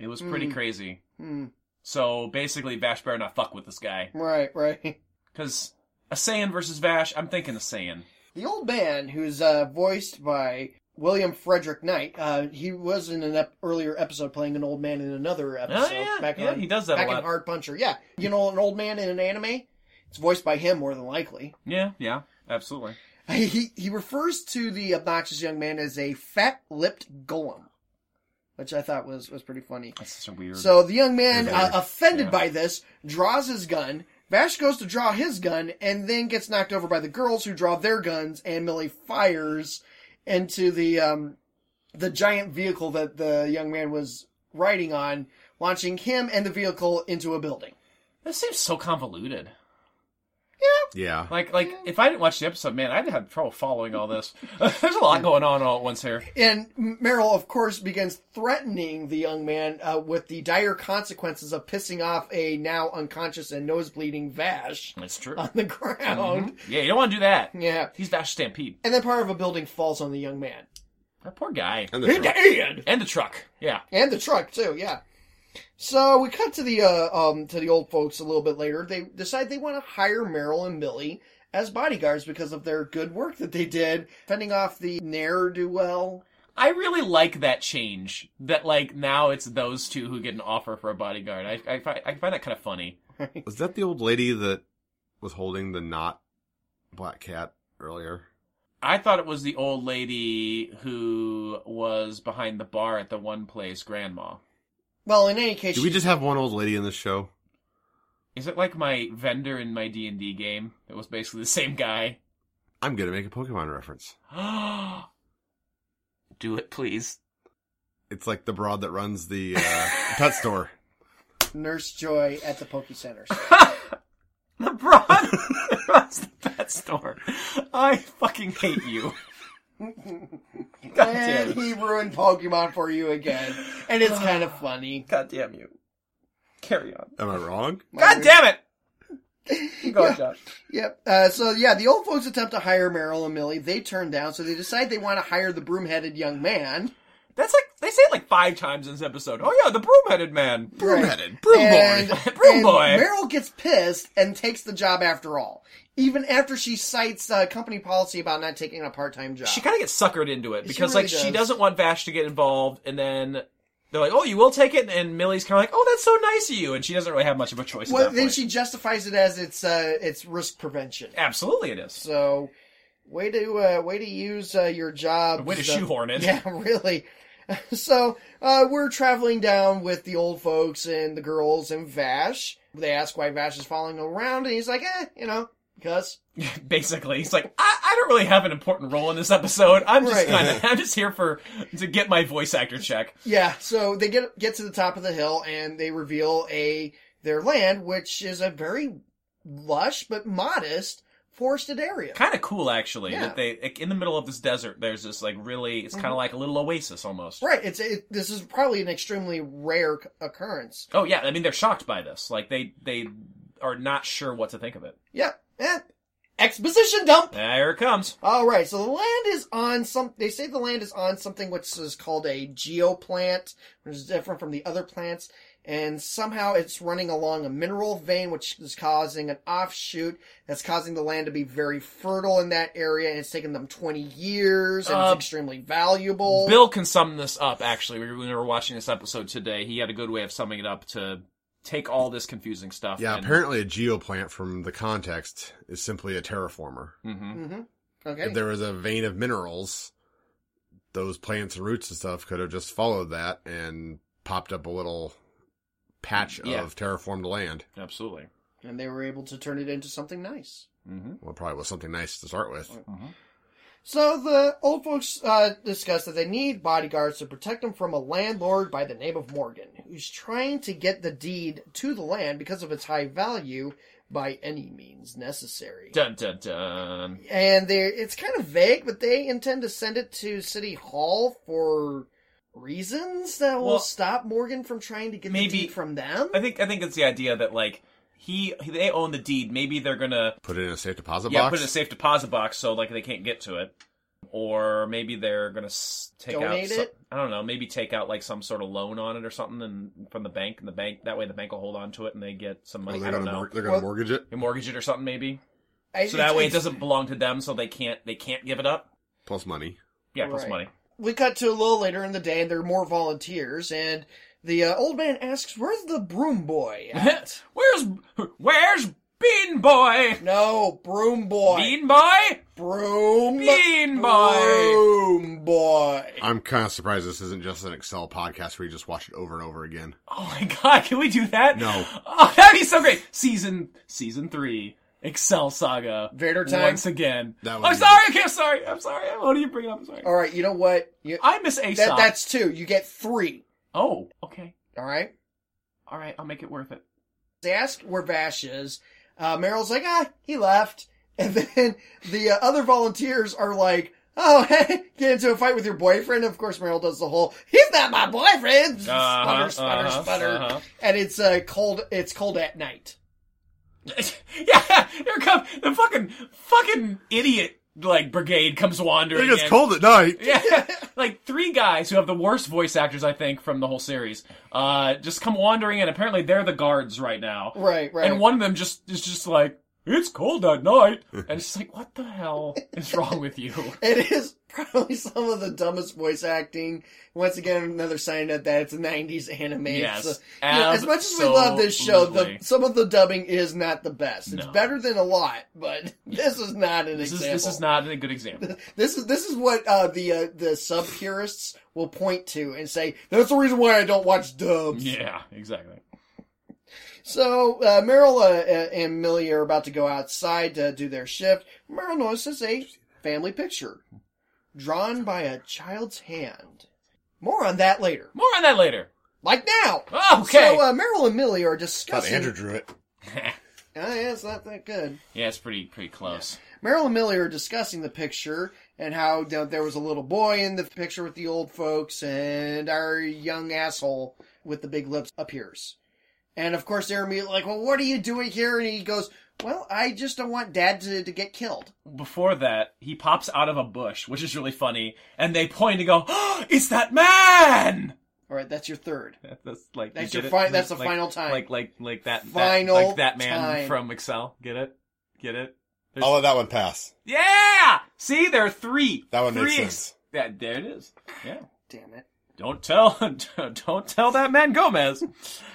it was pretty
Mm.
crazy.
hmm.
So basically, Vash better not fuck with this guy
Right, right.
because a Saiyan versus Vash. I'm thinking a Saiyan.
The old man, who's uh, voiced by William Frederick Knight, uh, he was in an ep- earlier episode playing an old man in another episode.
Oh, yeah.
back
Yeah,
on,
he does that a
back
lot.
in Hard Puncher. Yeah, you know, an old man in an anime. It's voiced by him more than likely.
Yeah, yeah, absolutely.
He he refers to the obnoxious young man as a fat-lipped golem, which I thought was was pretty funny.
That's such a weird.
So the young man,
Weird.
uh, offended
Yeah.
by this, draws his gun. Vash goes to draw his gun and then gets knocked over by the girls who draw their guns, and Millie fires into the um the giant vehicle that the young man was riding on, launching him and the vehicle into a building.
this seems so convoluted.
Yeah.
Like, like if I didn't watch the episode, man, I'd have trouble following all this. There's a lot going on all at once here.
And Meryl, of course, begins threatening the young man uh, with the dire consequences of pissing off a now unconscious and nose bleeding Vash
It's true. Mm-hmm.
on the ground.
Yeah, you don't want to do that.
Yeah.
He's Vash Stampede.
And then part of a building falls on the young man.
That poor guy.
And the truck.
And the truck. Yeah.
And the truck too, yeah. So we cut to the uh, um to the old folks a little bit later. They decide they want to hire Meryl and Millie as bodyguards because of their good work that they did fending off the ne'er do well.
I really like that change. That like now it's those two who get an offer for a bodyguard. I I, fi- I find that kind of funny.
Was that the old lady that was holding the not black cat earlier?
I thought it was the old lady who was behind the bar at the one place, Grandma.
Well, in any case,
Do we
she-
just have one old lady in this show?
Is it like my vendor in my D and D game? It was basically the same guy.
I'm gonna make a Pokemon reference.
Do it, please.
It's like the broad that runs the uh, pet store.
Nurse Joy at the Poke Centers.
The broad runs the pet store. I fucking hate you. God damn
and
it.
he ruined Pokemon for you again, and it's kind of funny.
God damn you. Carry on.
Am I wrong?
God damn it! Go on, Josh.
Yep. Uh, so yeah, the old folks attempt to hire Meryl and Millie. They turn down, so they decide they want to hire the broom-headed young man.
That's like they say it like five times in this episode. Oh yeah, the broom-headed man.
Broom-headed. Broom
and,
boy.
Broom
and
boy.
Meryl gets pissed and takes the job after all, even after she cites uh, company policy about not taking a part-time job.
She kind of gets suckered into it because
really
like she
does.
doesn't want Vash to get involved, and then they're like, "Oh, you will take it," and Millie's kind of like, "Oh, that's so nice of you," and she doesn't really have much of a choice.
well,
at that
then
point.
she justifies it as it's uh, it's risk prevention.
absolutely it is.
So, way to uh, way to use uh, your job.
Way to shoehorn it.
Yeah, really. So uh, we're traveling down with the old folks and the girls and Vash. They ask why Vash is following them around, and he's like, "Eh, you know, because."
Basically, he's like, I, "I don't really have an important role in this episode. I'm just
Right.
kind of I'm just here for to get my voice actor check."
Yeah, so they get get to the top of the hill and they reveal a their land, which is a very lush but modest forested area.
Kind of cool, actually,
Yeah. Mm-hmm.
that they like, in the middle of this desert. There's this like really, it's kind of like a little oasis almost.
Right. It's it, this is probably an extremely rare c- occurrence.
Oh yeah, I mean they're shocked by this. Like they they are not sure what to think of it.
Yeah. Eh. Exposition dump.
There it comes.
All right. So the land is on some. They say the land is on something which is called a geoplant, which is different from the other plants. And somehow it's running along a mineral vein, which is causing an offshoot that's causing the land to be very fertile in that area. And it's taken them 20 years and
Uh,
it's extremely valuable.
Bill can sum this up. Actually, we were- when we were watching this episode today, he had a good way of summing it up to take all this confusing stuff.
Yeah,
and-
apparently a geoplant from the context is simply a terraformer.
Mhm.
Mm-hmm. okay.
If there was a vein of minerals, those plants and roots and stuff could have just followed that and popped up a little patch
Yeah.
of terraformed land.
Absolutely.
and they were able to turn it into something nice.
hmm
Well, it probably was something nice to start with.
Mm-hmm.
So the old folks uh, discuss that they need bodyguards to protect them from a landlord by the name of Morgan, who's trying to get the deed to the land because of its high value by any means necessary.
Dun dun dun.
And they it's kind of vague, but they intend to send it to City Hall for reasons that will
Well,
stop Morgan from trying to get the
maybe-
deed from them.
I think I think it's the idea that like he they own the deed. Maybe they're gonna
Put it in a safe deposit
yeah
box.
put it in a safe deposit box so like they can't get to it, or maybe they're gonna s- take out
Donate
some-
it?
I don't know. Maybe take out like some sort of loan on it or something and from the bank and the bank that way the bank will hold on to it and they get some
Well,
money.
they're
I don't
going
know.
to they're gonna
Well-
mortgage it.
They mortgage it or something maybe.
I-
So that
it's-
way it
it's-
doesn't belong to them, so they can't they can't give it up.
Plus money.
Yeah, plus
Right.
money.
we cut to a little later in the day, and there are more volunteers. And the uh, old man asks, "Where's the broom boy?" at?"
where's where's Bean Boy?
no, broom boy.
Bean Boy?
Broom.
Bean boy.
Broom boy.
I'm kind of surprised this isn't just an Excel podcast where you just watch it over and over again.
Oh my god, can we do that?
No.
Oh, that'd be so great. Season season three. Excel saga.
Vader time.
Once again.
That would
I'm
be-
sorry, okay, I'm sorry. I'm sorry. What do you bring it up? I'm sorry.
All right, you know what? You,
I miss ASOP.
that, that's two. You get three.
Oh, okay.
All right.
Alright, I'll make it worth it.
They ask where Vash is. Uh, Meryl's like, ah, he left. And then the uh, other volunteers are like, oh, hey, get into a fight with your boyfriend. Of course, Meryl does the whole, he's not my boyfriend.
Uh-huh,
sputter, sputter,
uh-huh,
sputter.
uh-huh.
And it's uh, cold. It's cold at night.
yeah, here comes the fucking fucking idiot like brigade comes wandering.
It gets
in.
cold at night.
Yeah, like three guys who have the worst voice actors I think from the whole series, uh, just come wandering in. Apparently, they're the guards right now,
Right, right.
and one of them just is just like, "It's cold at night," and it's just like, "What the hell is wrong with you?"
It is probably some of the dumbest voice acting. Once again, another sign that that it's a '90s anime.
Yes,
It's a- you know, as much as we love this show, the,
absolutely.
some of the dubbing is not the best. It's
No.
better than a lot, but this is not an
This is
example.
this is not a good example.
This is this is what uh, the uh, the sub purists will point to and say that's the reason why I don't watch dubs.
Yeah, exactly.
So uh, Meryl uh, uh, and Millie are about to go outside to do their shift. Meryl notices a family picture drawn by a child's hand. More on that later.
More on that later.
Like now.
Oh, okay.
So uh, Meryl and Millie are
Thought
discussing.
Andrew drew it.
Oh, yeah, it's not that good.
yeah, it's pretty pretty close.
Meryl and Millie are discussing the picture and how you know, there was a little boy in the picture with the old folks and our young asshole with the big lips appears. And of course they're immediately like, well, what are you doing here? And he goes, well, I just don't want dad to, to get killed.
before that, he pops out of a bush, which is really funny, and they point and go, oh, "It's that man!"
All right, that's your third.
That's like
That's
you
your
get
fi-
it?
that's the
Like-
final time.
Like like like that that-
Final
like that man
time.
from Excel. Get it? Get it?
I'll let that one pass.
Yeah. See, there are three.
That one
three
makes
ex-
sense.
Yeah, there it is. Yeah.
Damn it.
Don't tell don't tell that man Gomez.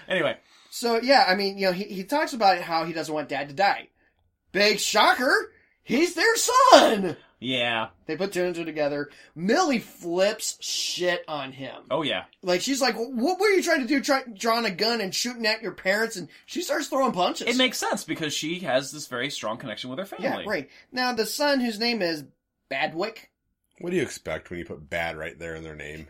anyway,
So yeah, I mean, you know, he, he talks about how he doesn't want dad to die. Big shocker. He's their son.
yeah.
They put two and two together. Millie flips shit on him.
Oh yeah.
Like she's like, what were you trying to do? Try, drawing a gun and shooting at your parents, and she starts throwing punches.
It makes sense because she has this very strong connection with her family.
yeah, right. Now the son, whose name is Badwick,
What do you expect when you put bad right there in their name?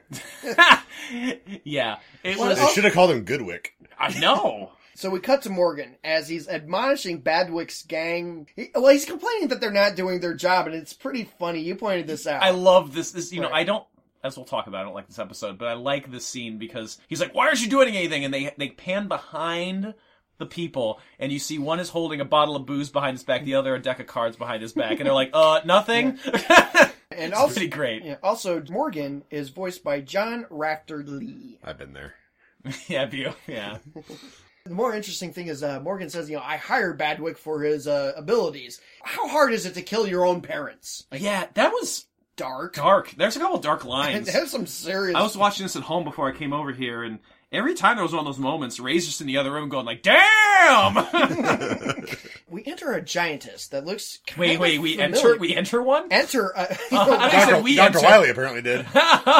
yeah. It
Well,
was
oh.
They should have called him Goodwick.
I know.
So we cut to Morgan as he's admonishing Badwick's gang. He, well, he's complaining that they're not doing their job, and it's pretty funny. You pointed this out.
I love this. This you know
Right.
I don't. As we'll talk about, I don't like this episode, but I like this scene because he's like, "Why aren't you doing anything?" And they they pan behind the people, and you see one is holding a bottle of booze behind his back, the other a deck of cards behind his back, and they're like, "Uh, nothing."
and
it's
also,
pretty great. Yeah,
yeah, also Morgan is voiced by John Rafter Lee.
I've been there.
view. Yeah,
The more interesting thing is uh, Morgan says, you know, I hired Badwick for his uh, abilities. How hard is it to kill your own parents? Like
yeah. That was
dark.
dark. There's a couple dark lines.
Have some serious.
I was watching this at home before I came over here, and every time there was one of those moments, Ray's just in the other room going like, "Damn!"
we enter a giantess that looks. Kind
wait,
of
wait, we
familiar.
enter, we enter one.
enter. A, Oh,
I think so.
Dr.
we
Dr.
enter-
Wiley apparently did.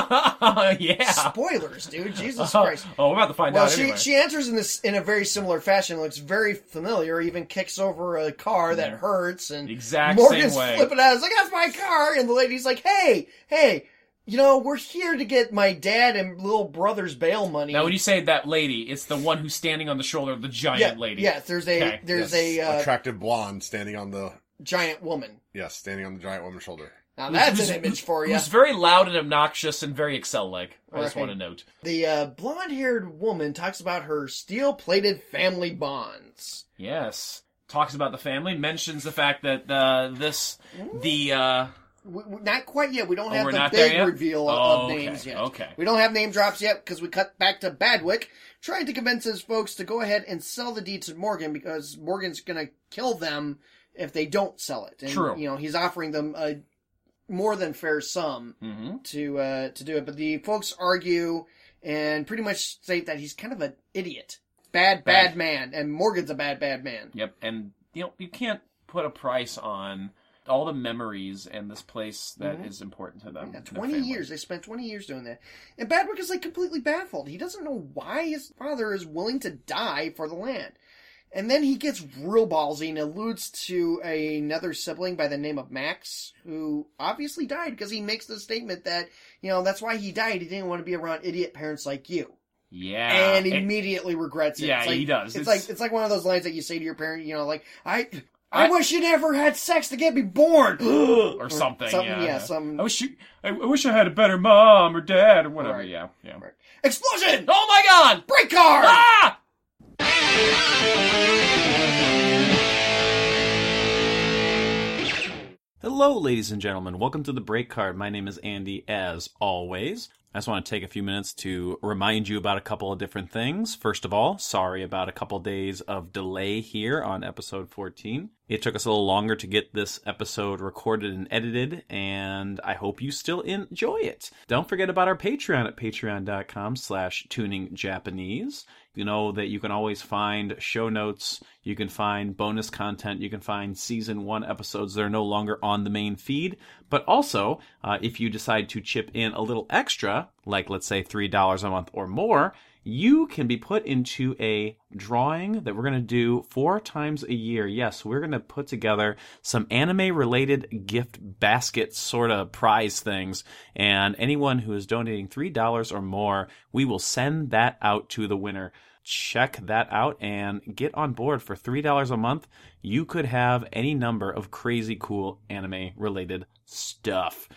yeah.
spoilers, dude. Jesus
Oh,
Christ.
oh, we're about to find
Well,
out.
she
anyway.
she enters in this in a very similar fashion. Looks very familiar. Even kicks over a car that hurts, and
Exact same
Morgan's
way.
flipping out. It's like that's my car, and the lady's like, "Hey, hey, you know, we're here to get my dad and little brother's bail money."
Now, when you say that lady, it's the one who's standing on the shoulder of the giant
yeah,
lady.
yes, there's a
Okay,
there's
Yes,
a uh,
attractive blonde standing on the
giant woman.
yes, standing on the giant woman's shoulder.
Now that's
Who's-
an image for you.
Who's very loud and obnoxious and very Excel-like. I just
Right.
want to note.
The uh, blonde-haired woman talks about her steel-plated family bonds.
Yes. Talks about the family. Mentions the fact that uh, this the uh,
We, we- not quite yet. We don't
Oh, we're
have the
not there
big
yet?
reveal
Oh,
of
okay,
names yet.
okay.
We don't have name drops yet because we cut back to Badwick trying to convince his folks to go ahead and sell the deed to Morgan because Morgan's going to kill them if they don't sell it. And,
True.
You know, he's offering them a more than fair sum
mm-hmm.
to uh, to do it, but the folks argue and pretty much state that he's kind of an idiot, bad, bad
Bad.
man, and Morgan's a bad bad man.
yep, and you know you can't put a price on all the memories and this place that is important to them.
Mm-hmm. Yeah,
their
20
family.
years. They spent 20 years doing that. And Badwick is like completely baffled. He doesn't know why his father is willing to die for the land. And then he gets real ballsy and alludes to another sibling by the name of Max, who obviously died because he makes the statement that, you know, that's why he died. He didn't want to be around idiot parents like you.
Yeah.
and
it-
immediately regrets it.
Yeah,
It's like-
he does.
It's,
It's-
like it's like one of those lines that you say to your parent, you know, like, I I,
I-
wish you never had sex to get me born.
or something,
something,
yeah.
yeah, some-
I wish you, I, I wish I had a better mom or dad or whatever.
Right.
Yeah, yeah.
Explosion!
Oh my God!
Break card!
Ah!
Hello, ladies and gentlemen. Welcome to the break card. My name is Andy, as always. I just want to take a few minutes to remind you about a couple of different things. First of all, sorry about a couple days of delay here on episode 14. It took us a little longer to get this episode recorded and edited, and I hope you still enjoy it. Don't forget about our Patreon at patreon.com slash tuningjapanese. You know that you can always find show notes, you can find bonus content, you can find season one episodes that are no longer on the main feed. But also, uh, if you decide to chip in a little extra, like let's say $3 a month or more, you can be put into a drawing that we're going to do four times a year. Yes, we're going to put together some anime related gift basket sort of prize things. And anyone who is donating $3 or more, we will send that out to the winner. Check that out and get on board for $3 a month. You could have any number of crazy cool anime related stuff.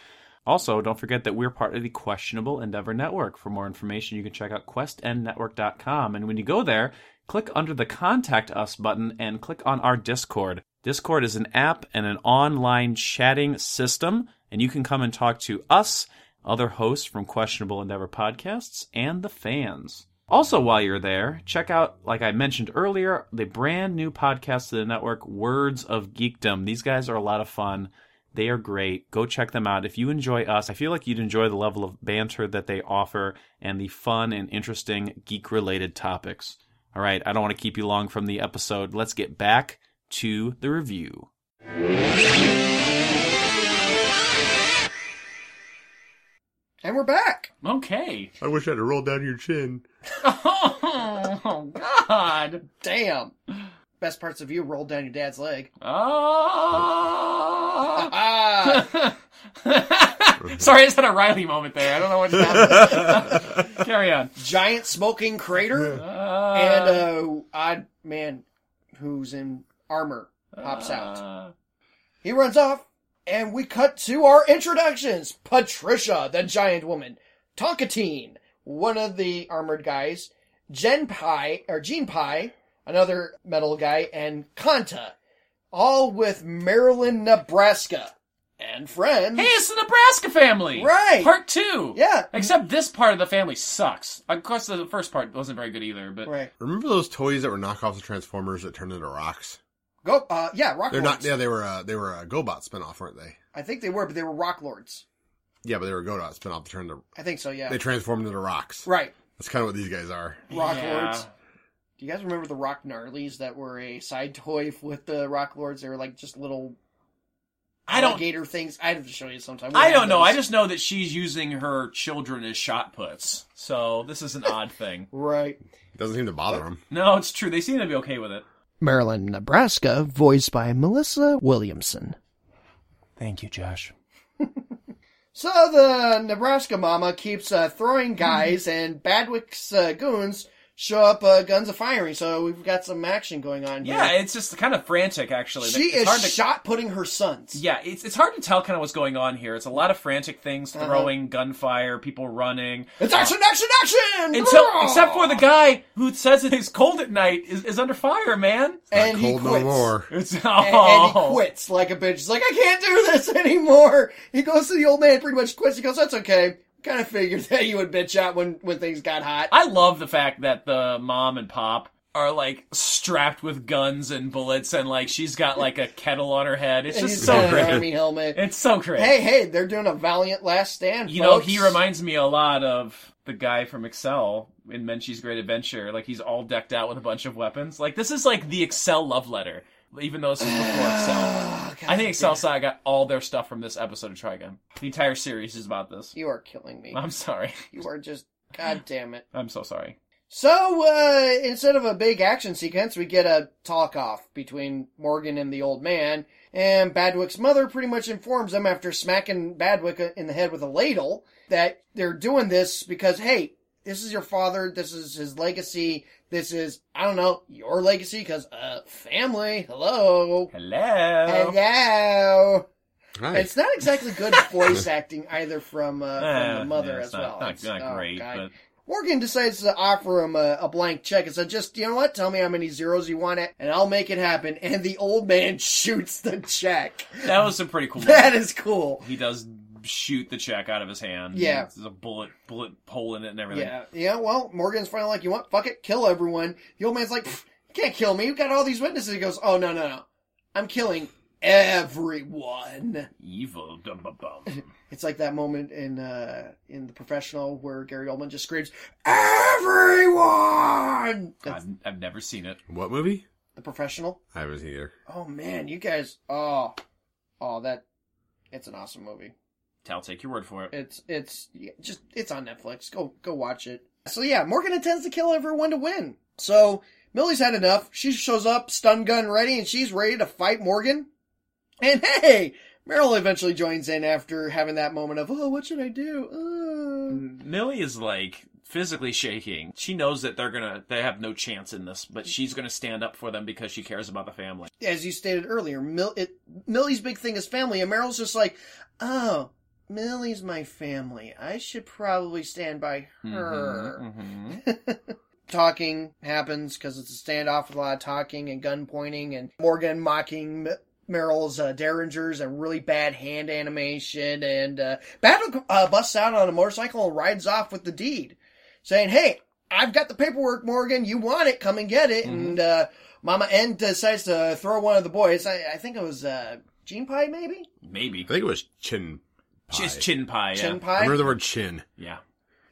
Also, don't forget that we're part of the Questionable Endeavor Network. For more information, you can check out questnetwork.com. And when you go there, click under the Contact Us button and click on our Discord. Discord is an app and an online chatting system, and you can come and talk to us, other hosts from Questionable Endeavor podcasts, and the fans. Also, while you're there, check out, like I mentioned earlier, the brand new podcast to the network, Words of Geekdom. These guys are a lot of fun. They are great. Go check them out. If you enjoy us, I feel like you'd enjoy the level of banter that they offer and the fun and interesting geek related topics. All right, I don't want to keep you long from the episode. Let's get back to the review.
And we're back.
Okay.
I wish I'd have rolled down your chin.
Oh God.
Damn. Best parts of you rolled down your dad's leg.
Ah.
Ah!
Sorry, I just had a Riley moment there. I don't know what's happening. Carry on. Uh,
Giant smoking crater and a odd man who's in armor pops out.
Uh,
He runs off, and we cut to our introductions. Patricia, the giant woman. Tonkatine, one of the armored guys. Gen Pai, or Gene Pai, another metal guy, and Kanta. All with Maryland, Nebraska. And friends.
Hey, it's the Nebraska family!
Right.
Part two!
Yeah.
Except this part of the family sucks. Of course, the first part wasn't very good either, but.
Right.
Remember those toys that were knockoffs of Transformers that turned into rocks?
Go, uh, yeah, rock
They're
lords.
not. Yeah, they were. Uh, they were a GoBot spinoff, weren't they?
I think they were, but they were rock lords.
Yeah, but they were a GoBot spinoff. They turned. To,
I think so, yeah.
they transformed into rocks.
right.
That's kind of what these guys are.
Rock
Yeah.
lords. Do you guys remember the Rock Gnarlies that were a side toy with the Rock Lords? They were like just little
I don't.
alligator things. I have to show you sometime. We
I
have
don't know.
those.
I just know that she's using her children as shot puts. So this is an odd thing.
right.
Doesn't seem to bother them.
No, it's true. They seem to be okay with it.
Maryland, Nebraska, voiced by Melissa Williamson.
Thank you, Josh.
So the Nebraska mama keeps uh, throwing guys, and Badwick's uh, goons show up, uh, guns a firing. So we've got some action going on here.
Yeah, it's just kind of frantic, actually.
she
it's
is
hard to,
shot putting her sons.
Yeah, it's it's hard to tell kind of what's going on here. It's a lot of frantic things, throwing, gunfire, people running.
It's action, action, action!
Until,
Rah!
except for the guy who says it is cold at night is, is under fire, man.
Not
and
cold
he quits.
no more.
It's oh,
and, and he quits like a bitch. He's like, I can't do this anymore. He goes to the old man, pretty much quits. He goes, that's okay. Kind of figured that you would bitch out when, when things got hot.
I love the fact that the mom and pop are like strapped with guns and bullets, and like she's got like a kettle on her head. It's
And
just
he's
so
got an
great.
army helmet.
It's so great.
Hey, hey, they're doing a valiant last stand.
you know,
folks.
he reminds me a lot of the guy from Excel in Menchie's Great Adventure. Like he's all decked out with a bunch of weapons. Like this is like the Excel love letter, even though this is before Excel.
Oh, God,
I think Excel Saga got all their stuff from this episode of Trigun. The entire series is about this.
You are killing me.
I'm sorry.
You are just. God damn it.
I'm so sorry.
So, uh, instead of a big action sequence, we get a talk off between Morgan and the old man, and Badwick's mother pretty much informs them after smacking Badwick in the head with a ladle that they're doing this because, hey, this is your father, this is his legacy, this is, I don't know, your legacy, cause, uh, family, hello.
Hello.
Hello.
Nice.
It's not exactly good voice acting either from, uh, from
Eh,
the mother
yeah,
as
it's not-
well.
Not,
It's-
not
oh,
great,
God.
but
Morgan decides to offer him a, a blank check and said, just, you know what, tell me how many zeros you want it, and I'll make it happen. And the old man shoots the check.
that was a pretty cool. moment.
That is cool.
He does shoot the check out of his hand.
Yeah.
there's a bullet bullet hole in it and everything.
Yeah, yeah, well, Morgan's finally like, you want, fuck it, kill everyone. The old man's like, "Pfft, you can't kill me, you've got all these witnesses. He goes, oh, no, no, no, I'm killing everyone.
Evil. Dum, bum, bum.
It's like that moment in, uh, in The Professional where Gary Oldman just screams, everyone! That's
I've, I've never seen it.
What movie?
The Professional.
I haven't seen either.
Oh man, you guys! Oh, oh, that it's an awesome movie.
I'll take your word for it.
It's it's yeah, just it's on Netflix. Go go watch it. So yeah, Morgan intends to kill everyone to win. So Millie's had enough. She shows up, stun gun ready, and she's ready to fight Morgan. And hey, Meryl eventually joins in after having that moment of oh, what should I do? Uh.
Millie is like physically shaking. She knows that they're gonna they have no chance in this, but she's gonna stand up for them because she cares about the family.
As you stated earlier, Mill it, Millie's big thing is family, and Meryl's just like, oh. Millie's my family. I should probably stand by her.
Mhm.
talking happens because it's a standoff with a lot of talking and gun pointing and Morgan mocking M- Meryl's uh, derringers and really bad hand animation. And uh, Battle uh, busts out on a motorcycle and rides off with the deed, saying, "Hey, I've got the paperwork, Morgan. You want it? Come and get it." And uh, Mama N decides to throw one of the boys. I, I think it was uh, Gene Pie, maybe
Maybe.
I think it was Chin. Pie.
It's chin pie. Yeah.
Chin
I
Pie.
remember the word chin.
yeah.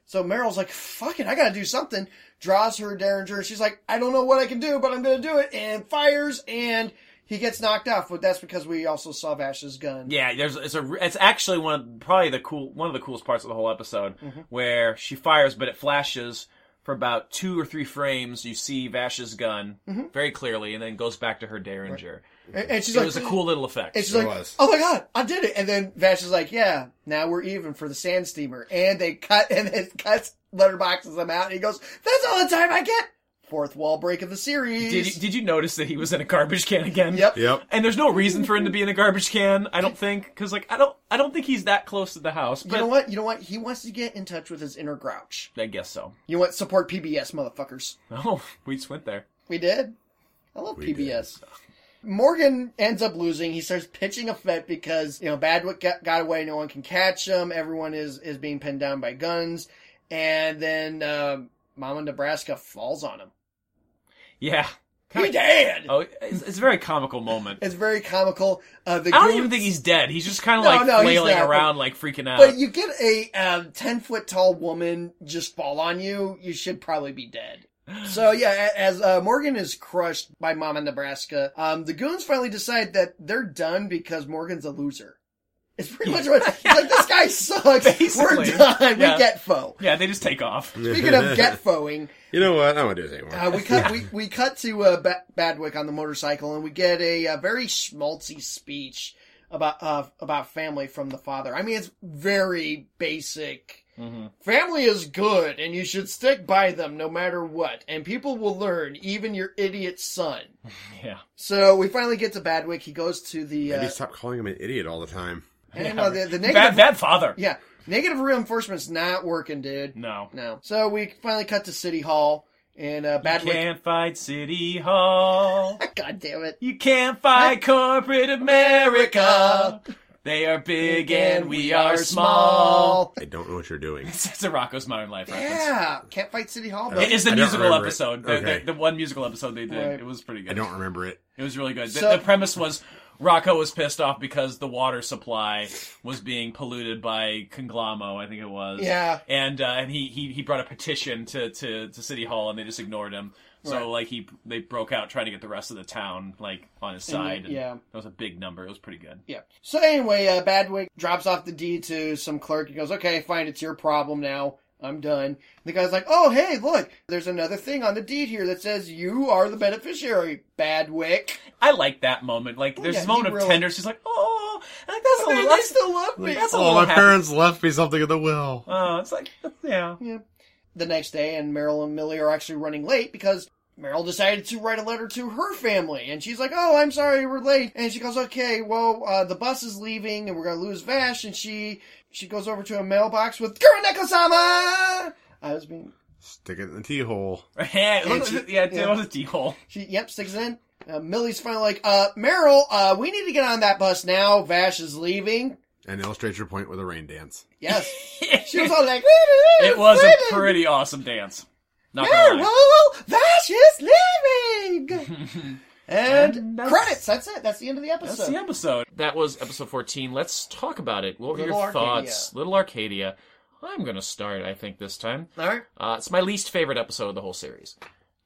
So Meryl's like, fuck it, I gotta do something. Draws her derringer. She's like, I don't know what I can do, but I'm gonna do it. And fires, and he gets knocked off. But that's because we also saw Vash's gun.
Yeah, there's it's a it's actually one of probably the cool one of the coolest parts of the whole episode where she fires but it flashes for about two or three frames. You see Vash's gun very clearly, and then goes back to her derringer.
And, and she's
It
like,
was a cool little effect.
and she's
It
like,
was.
oh my god, I did it. And then Vash is like, yeah, now we're even for the sand steamer. And they cut, and it cuts, letterboxes him out. And he goes, that's all the time I get Fourth wall break of the series.
Did you, did you notice that he was in a garbage can again?
Yep.
Yep.
And there's no reason for him to be in a garbage can, I don't think, because like I don't I don't think he's that close to the house. But
You know what? You know what? He wants to get in touch with his inner grouch.
I guess so.
You know what? Support PBS, motherfuckers.
Oh, we just went there.
We did. I love
We
PBS. Morgan ends up losing. He starts pitching a fit because you know Badwick got, got away. No one can catch him. Everyone is is being pinned down by guns, and then um Mama Nebraska falls on him.
Yeah.
He dead.
Oh, it's, it's a very comical moment.
It's very comical. Uh,
I
the
don't
goons-
even think he's dead. He's just kind of
No,
like
no, he's
flailing
not, but-
around, like freaking out.
But you get a um, ten foot tall woman just fall on you. You should probably be dead. So yeah, a- as uh, Morgan is crushed by Mama Nebraska, um, the goons finally decide that they're done because Morgan's a loser. It's pretty much what it's like. This guy sucks.
Basically.
We're done.
Yeah.
We get foe.
yeah, they just take off.
Speaking of get foeing,
You know what? I don't want to do this anymore.
uh, we cut we, we cut to uh, ba- Badwick on the motorcycle, and we get a, uh very schmaltzy speech about uh, about family from the father. I mean, it's very basic.
Mm-hmm.
Family is good, and you should stick by them no matter what. And people will learn, even your idiot son.
Yeah.
So we finally get to Badwick. He goes to the
Maybe
uh,
stop calling him an idiot all the time.
and, well, the, the negative
Bad, bad father.
yeah negative reinforcement's not working, dude.
No.
No. So we finally cut to City Hall, and uh,
You
Badwick.
can't fight City Hall.
God damn it.
You can't fight corporate America. They are big and we are small.
I don't know what you're doing.
It's a Rocco's Modern Life reference.
Yeah, can't fight City Hall, but
It is
I
the
don't
musical
remember it.
episode. The,
Okay.
the, the one musical episode they did.
Right.
It was pretty good.
I don't remember it.
It was really good. The,
So-
the premise was Rocco was pissed off because the water supply was being polluted by Conglamo, I think it was.
Yeah.
And uh, and he, he he brought a petition to, to, to City Hall and they just ignored him. So
Right.
like he they broke out trying to get the rest of the town like on his side. and
yeah.
That was a big number. It was pretty good.
yeah. So anyway, uh, Badwick drops off the deed to some clerk. He goes, "Okay, fine, it's your problem now. I'm done." The guy's like, "Oh, hey, look, there's another thing on the deed here that says you are the beneficiary, Badwick."
I like that moment. Like there's
yeah,
this moment
he
of
really-
tender. She's like, oh, like, that's a
They,
little.
they
That's,
still love me.
that's a
Oh,
little.
my
happy.
parents left me something in the will.
Oh, it's like yeah.
The next day, and Meryl and Millie are actually running late because. Meryl decided to write a letter to her family, and she's like, "Oh, I'm sorry, we're late." And she goes, "Okay, well, uh, the bus is leaving, and we're gonna lose Vash." And she she goes over to a mailbox with Kuroneko-sama. I was being
Stick it in the tea hole.
yeah, it was-
she-
yeah, it
yeah.
was a D hole.
She, yep, sticks it in. Uh, Millie's finally like, uh, Meryl, uh, we need to get on that bus now. Vash is leaving.
And illustrate your point with a rain dance.
Yes. she
it
was all like,
was a pretty awesome dance. Not gonna lie.
Meryl, Vash is leaving! and
And that's-
credits. That's it. That's the end of the episode.
That's the episode. That was episode 14. Let's talk about it. What were
Little
your
Arcadia.
thoughts? Little Arcadia. I'm going to start, I think, this time.
all right.
Uh, it's my least favorite episode of the whole series.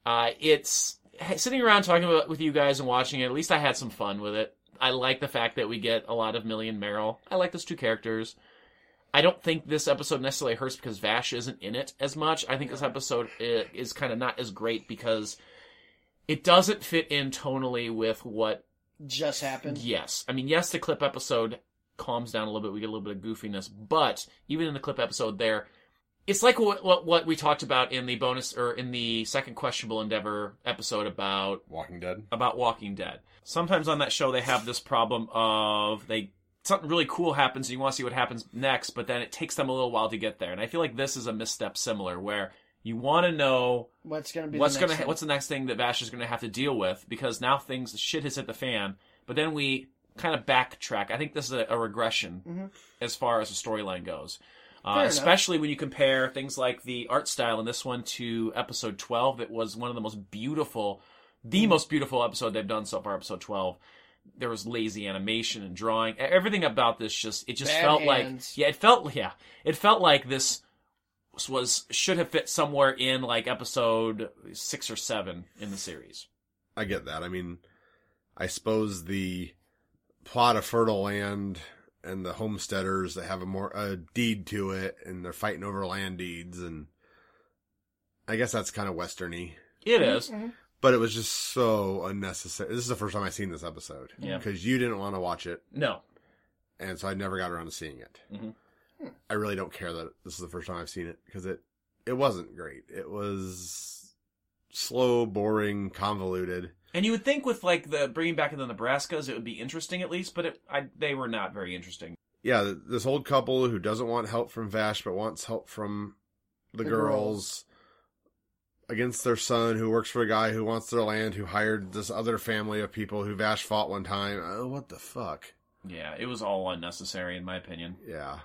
Uh, it's sitting around talking about with you guys and watching it. At least I had some fun with it. I like the fact that we get a lot of Millie and Meryl. I like those two characters. I don't think this episode necessarily hurts because Vash isn't in it as much. I think this episode i- is kind of not as great because it doesn't fit in tonally with what
Just happened.
Yes. I mean, yes, the clip episode calms down a little bit. We get a little bit of goofiness, but even in the clip episode there, it's like what, what, what we talked about in the bonus or in the second questionable endeavor episode about
Walking Dead.
about Walking Dead. Sometimes on that show they have this problem of they something really cool happens and you want to see what happens next, but then it takes them a little while to get there. And I feel like this is a misstep similar where you want to know
What's going to be
what's
the next
gonna ha-
thing?
what's the next thing that Vash is gonna have to deal with because now things shit has hit the fan. But then we kind of backtrack. I think this is a, a regression as far as the storyline goes. Uh,
Mm-hmm. enough.
especially when you compare things like the art style in this one to episode 12 that was one of the most beautiful the
Mm.
most beautiful episode they've done so far episode 12 there was lazy animation and drawing E- everything about this just it just
Bad
felt
hands.
like yeah it felt yeah it felt like this was should have fit somewhere in like episode six or seven in the series.
I get that. I mean, I suppose the plot of fertile land and the homesteaders that have a more a deed to it, and they're fighting over land deeds, and I guess that's kind of westerny.
It
Mm-hmm.
is.
But it was just so unnecessary. This is the first time I've seen this episode
Yeah.
because you didn't want to watch it,
no.
and so I never got around to seeing it.
Mhm.
I really don't care that this is the first time I've seen it because it it wasn't great. It was slow, boring, convoluted.
And you would think with like the bringing back of the Nebraskas, it would be interesting at least, but it, I, they were not very interesting.
Yeah, th- this old couple who doesn't want help from Vash but wants help from the,
The
girls
girls.
against their son who works for a guy who wants their land who hired this other family of people who Vash fought one time. Oh, what the fuck?
Yeah, it was all unnecessary in my opinion.
Yeah.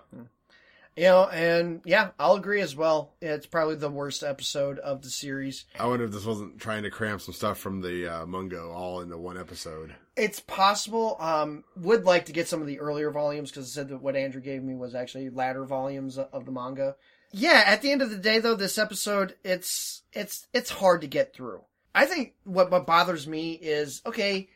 You know, and yeah, I'll agree as well. It's probably the worst episode of the series.
I wonder if this wasn't trying to cram some stuff from the uh, Mungo all into one episode.
It's possible. Um, would like to get some of the earlier volumes because I said that what Andrew gave me was actually latter volumes of the manga. Yeah, at the end of the day, though, this episode it's it's it's hard to get through. I think what what bothers me is okay.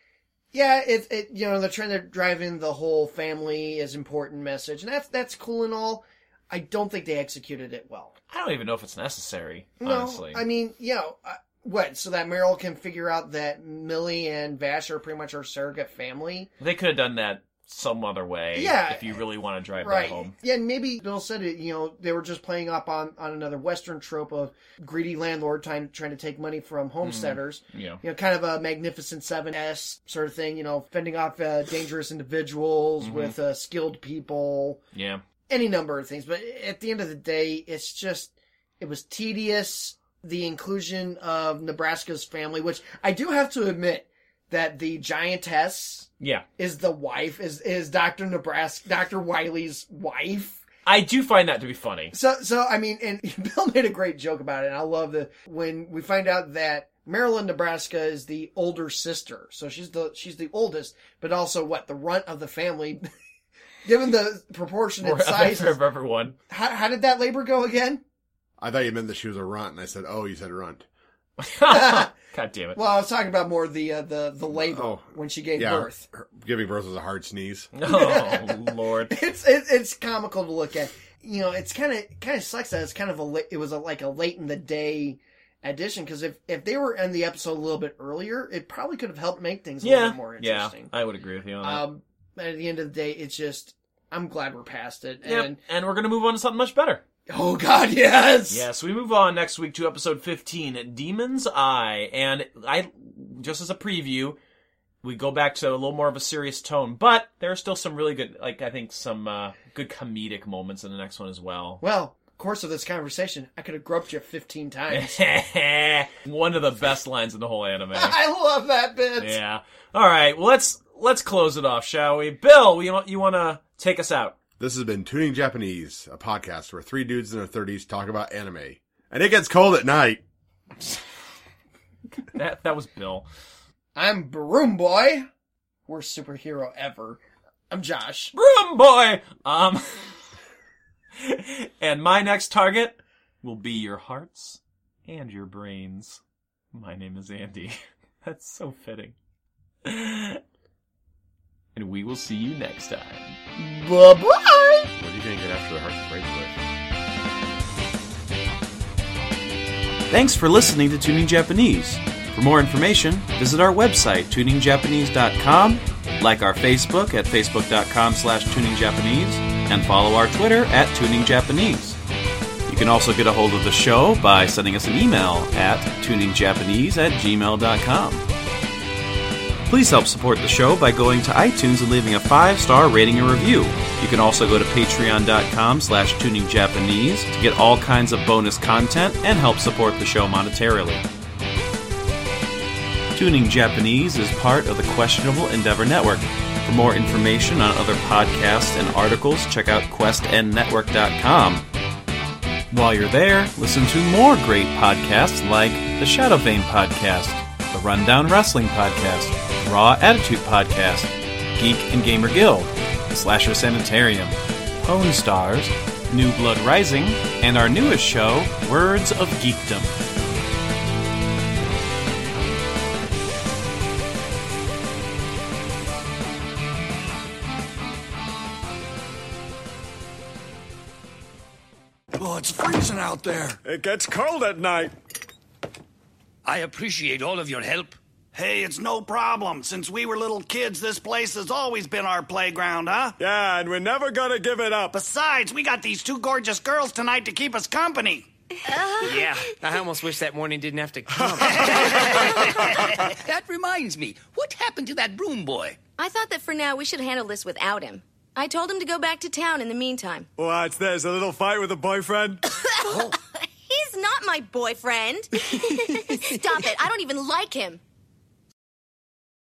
Yeah, it, it you know they're trying to drive in the whole family is important message, and that's that's cool and all. I don't think they executed it well.
I don't even know if it's necessary,
No,
honestly.
I mean, you know, uh, what? So that Meryl can figure out that Millie and Vash are pretty much her surrogate family,
they could have done that some other way
Yeah.
if you really want to drive that
right?
home.
Yeah, and maybe Bill said it. You know, they were just playing up on on another Western trope of greedy landlord trying trying to take money
Hmm.
from homesteaders.
Yeah.
You know, kind of a Magnificent Seven S sort of thing. You know, fending off uh, dangerous individuals
Mm-hmm.
with uh, skilled people.
Yeah.
any number of things, but at the end of the day, it's just it was tedious. The inclusion of Nebraska's family, which I do have to admit that the giantess
Yeah.
is the wife is is Doctor Nebraska Doctor Wiley's wife.
I do find that to be funny.
So so I mean, and Bill made a great joke about it, and I love the when we find out that Marilyn Nebraska is the older sister, so she's the she's the oldest, but also what the runt of the family. Given the proportionate size
of everyone.
how, how did that labor go again?
I thought you meant that she was a runt, and I said, "Oh, you said runt."
God damn it.
Well, I was talking about more the uh, the the labor
Oh.
when she gave
Yeah,
birth.
her- giving birth was a hard sneeze.
Oh, Lord.
It's it, it's comical to look at. You know, it's kind of kind of sucks that it's kind of a la- it was a, like a late in the day addition because if if they were in the episode a little bit earlier, it probably could have helped make things a little
Yeah.
bit more
Yeah. Uh,
interesting.
I would agree with you on that.
Um, but at the end of the day, it's just I'm glad we're past it.
Yep,
And
and we're going to move on to something much better.
oh god, yes,
Yes, we move on next week to episode 15, Demon's Eye. And I, just as a preview, we go back to a little more of a serious tone, but there are still some really good, like, I think some uh, good comedic moments in the next one as well.
Well, course of this conversation, I could have groped you 15 times.
one of the best lines in the whole anime.
I love that bit.
yeah. All right, well, let's let's close it off, shall we? Bill, we, you want to take us out?
This has been Tuning Japanese, a podcast where three dudes in their 30s talk about anime. And it gets cold at night.
That, that was Bill.
I'm Broom Boy, worst superhero ever. I'm Josh.
Broom boy. Um, and my next target will be your hearts and your brains. My name is Andy. That's so fitting. And we will see you next time.
Bye bye.
What are you going to get after the heart's break with?
Thanks for listening to Tuning Japanese. For more information, visit our website, tuningjapanese.com, like our Facebook at facebook.com slash tuningjapanese, and follow our Twitter at tuningjapanese. You can also get a hold of the show by sending us an email at tuningjapanese at gmail.com. Please help support the show by going to iTunes and leaving a five-star rating and review. You can also go to patreon.com slash tuningjapanese to get all kinds of bonus content and help support the show monetarily. Tuning Japanese is part of the Questionable Endeavor Network. For more information on other podcasts and articles, check out questnnetwork.com. While you're there, listen to more great podcasts like the Shadow Vein Podcast, the Rundown Wrestling Podcast, Raw Attitude Podcast, Geek and Gamer Guild, the Slasher Sanitarium, Pwn Stars, New Blood Rising, and our newest show, Words of Geekdom.
Oh, it's freezing out there.
It gets cold at night.
I appreciate all of your help.
Hey, it's no problem. Since we were little kids, this place has always been our playground, huh? Yeah, and we're never gonna give it up.
Besides, we got these two gorgeous girls tonight to keep us company.
Yeah.
I almost wish that morning didn't have to come.
That reminds me. What happened to that broom boy?
I thought that for now we should handle this without him. I told him to go back to town in the meantime.
What's this? A little fight with a boyfriend?
He's not my boyfriend. Stop it. I don't even like him.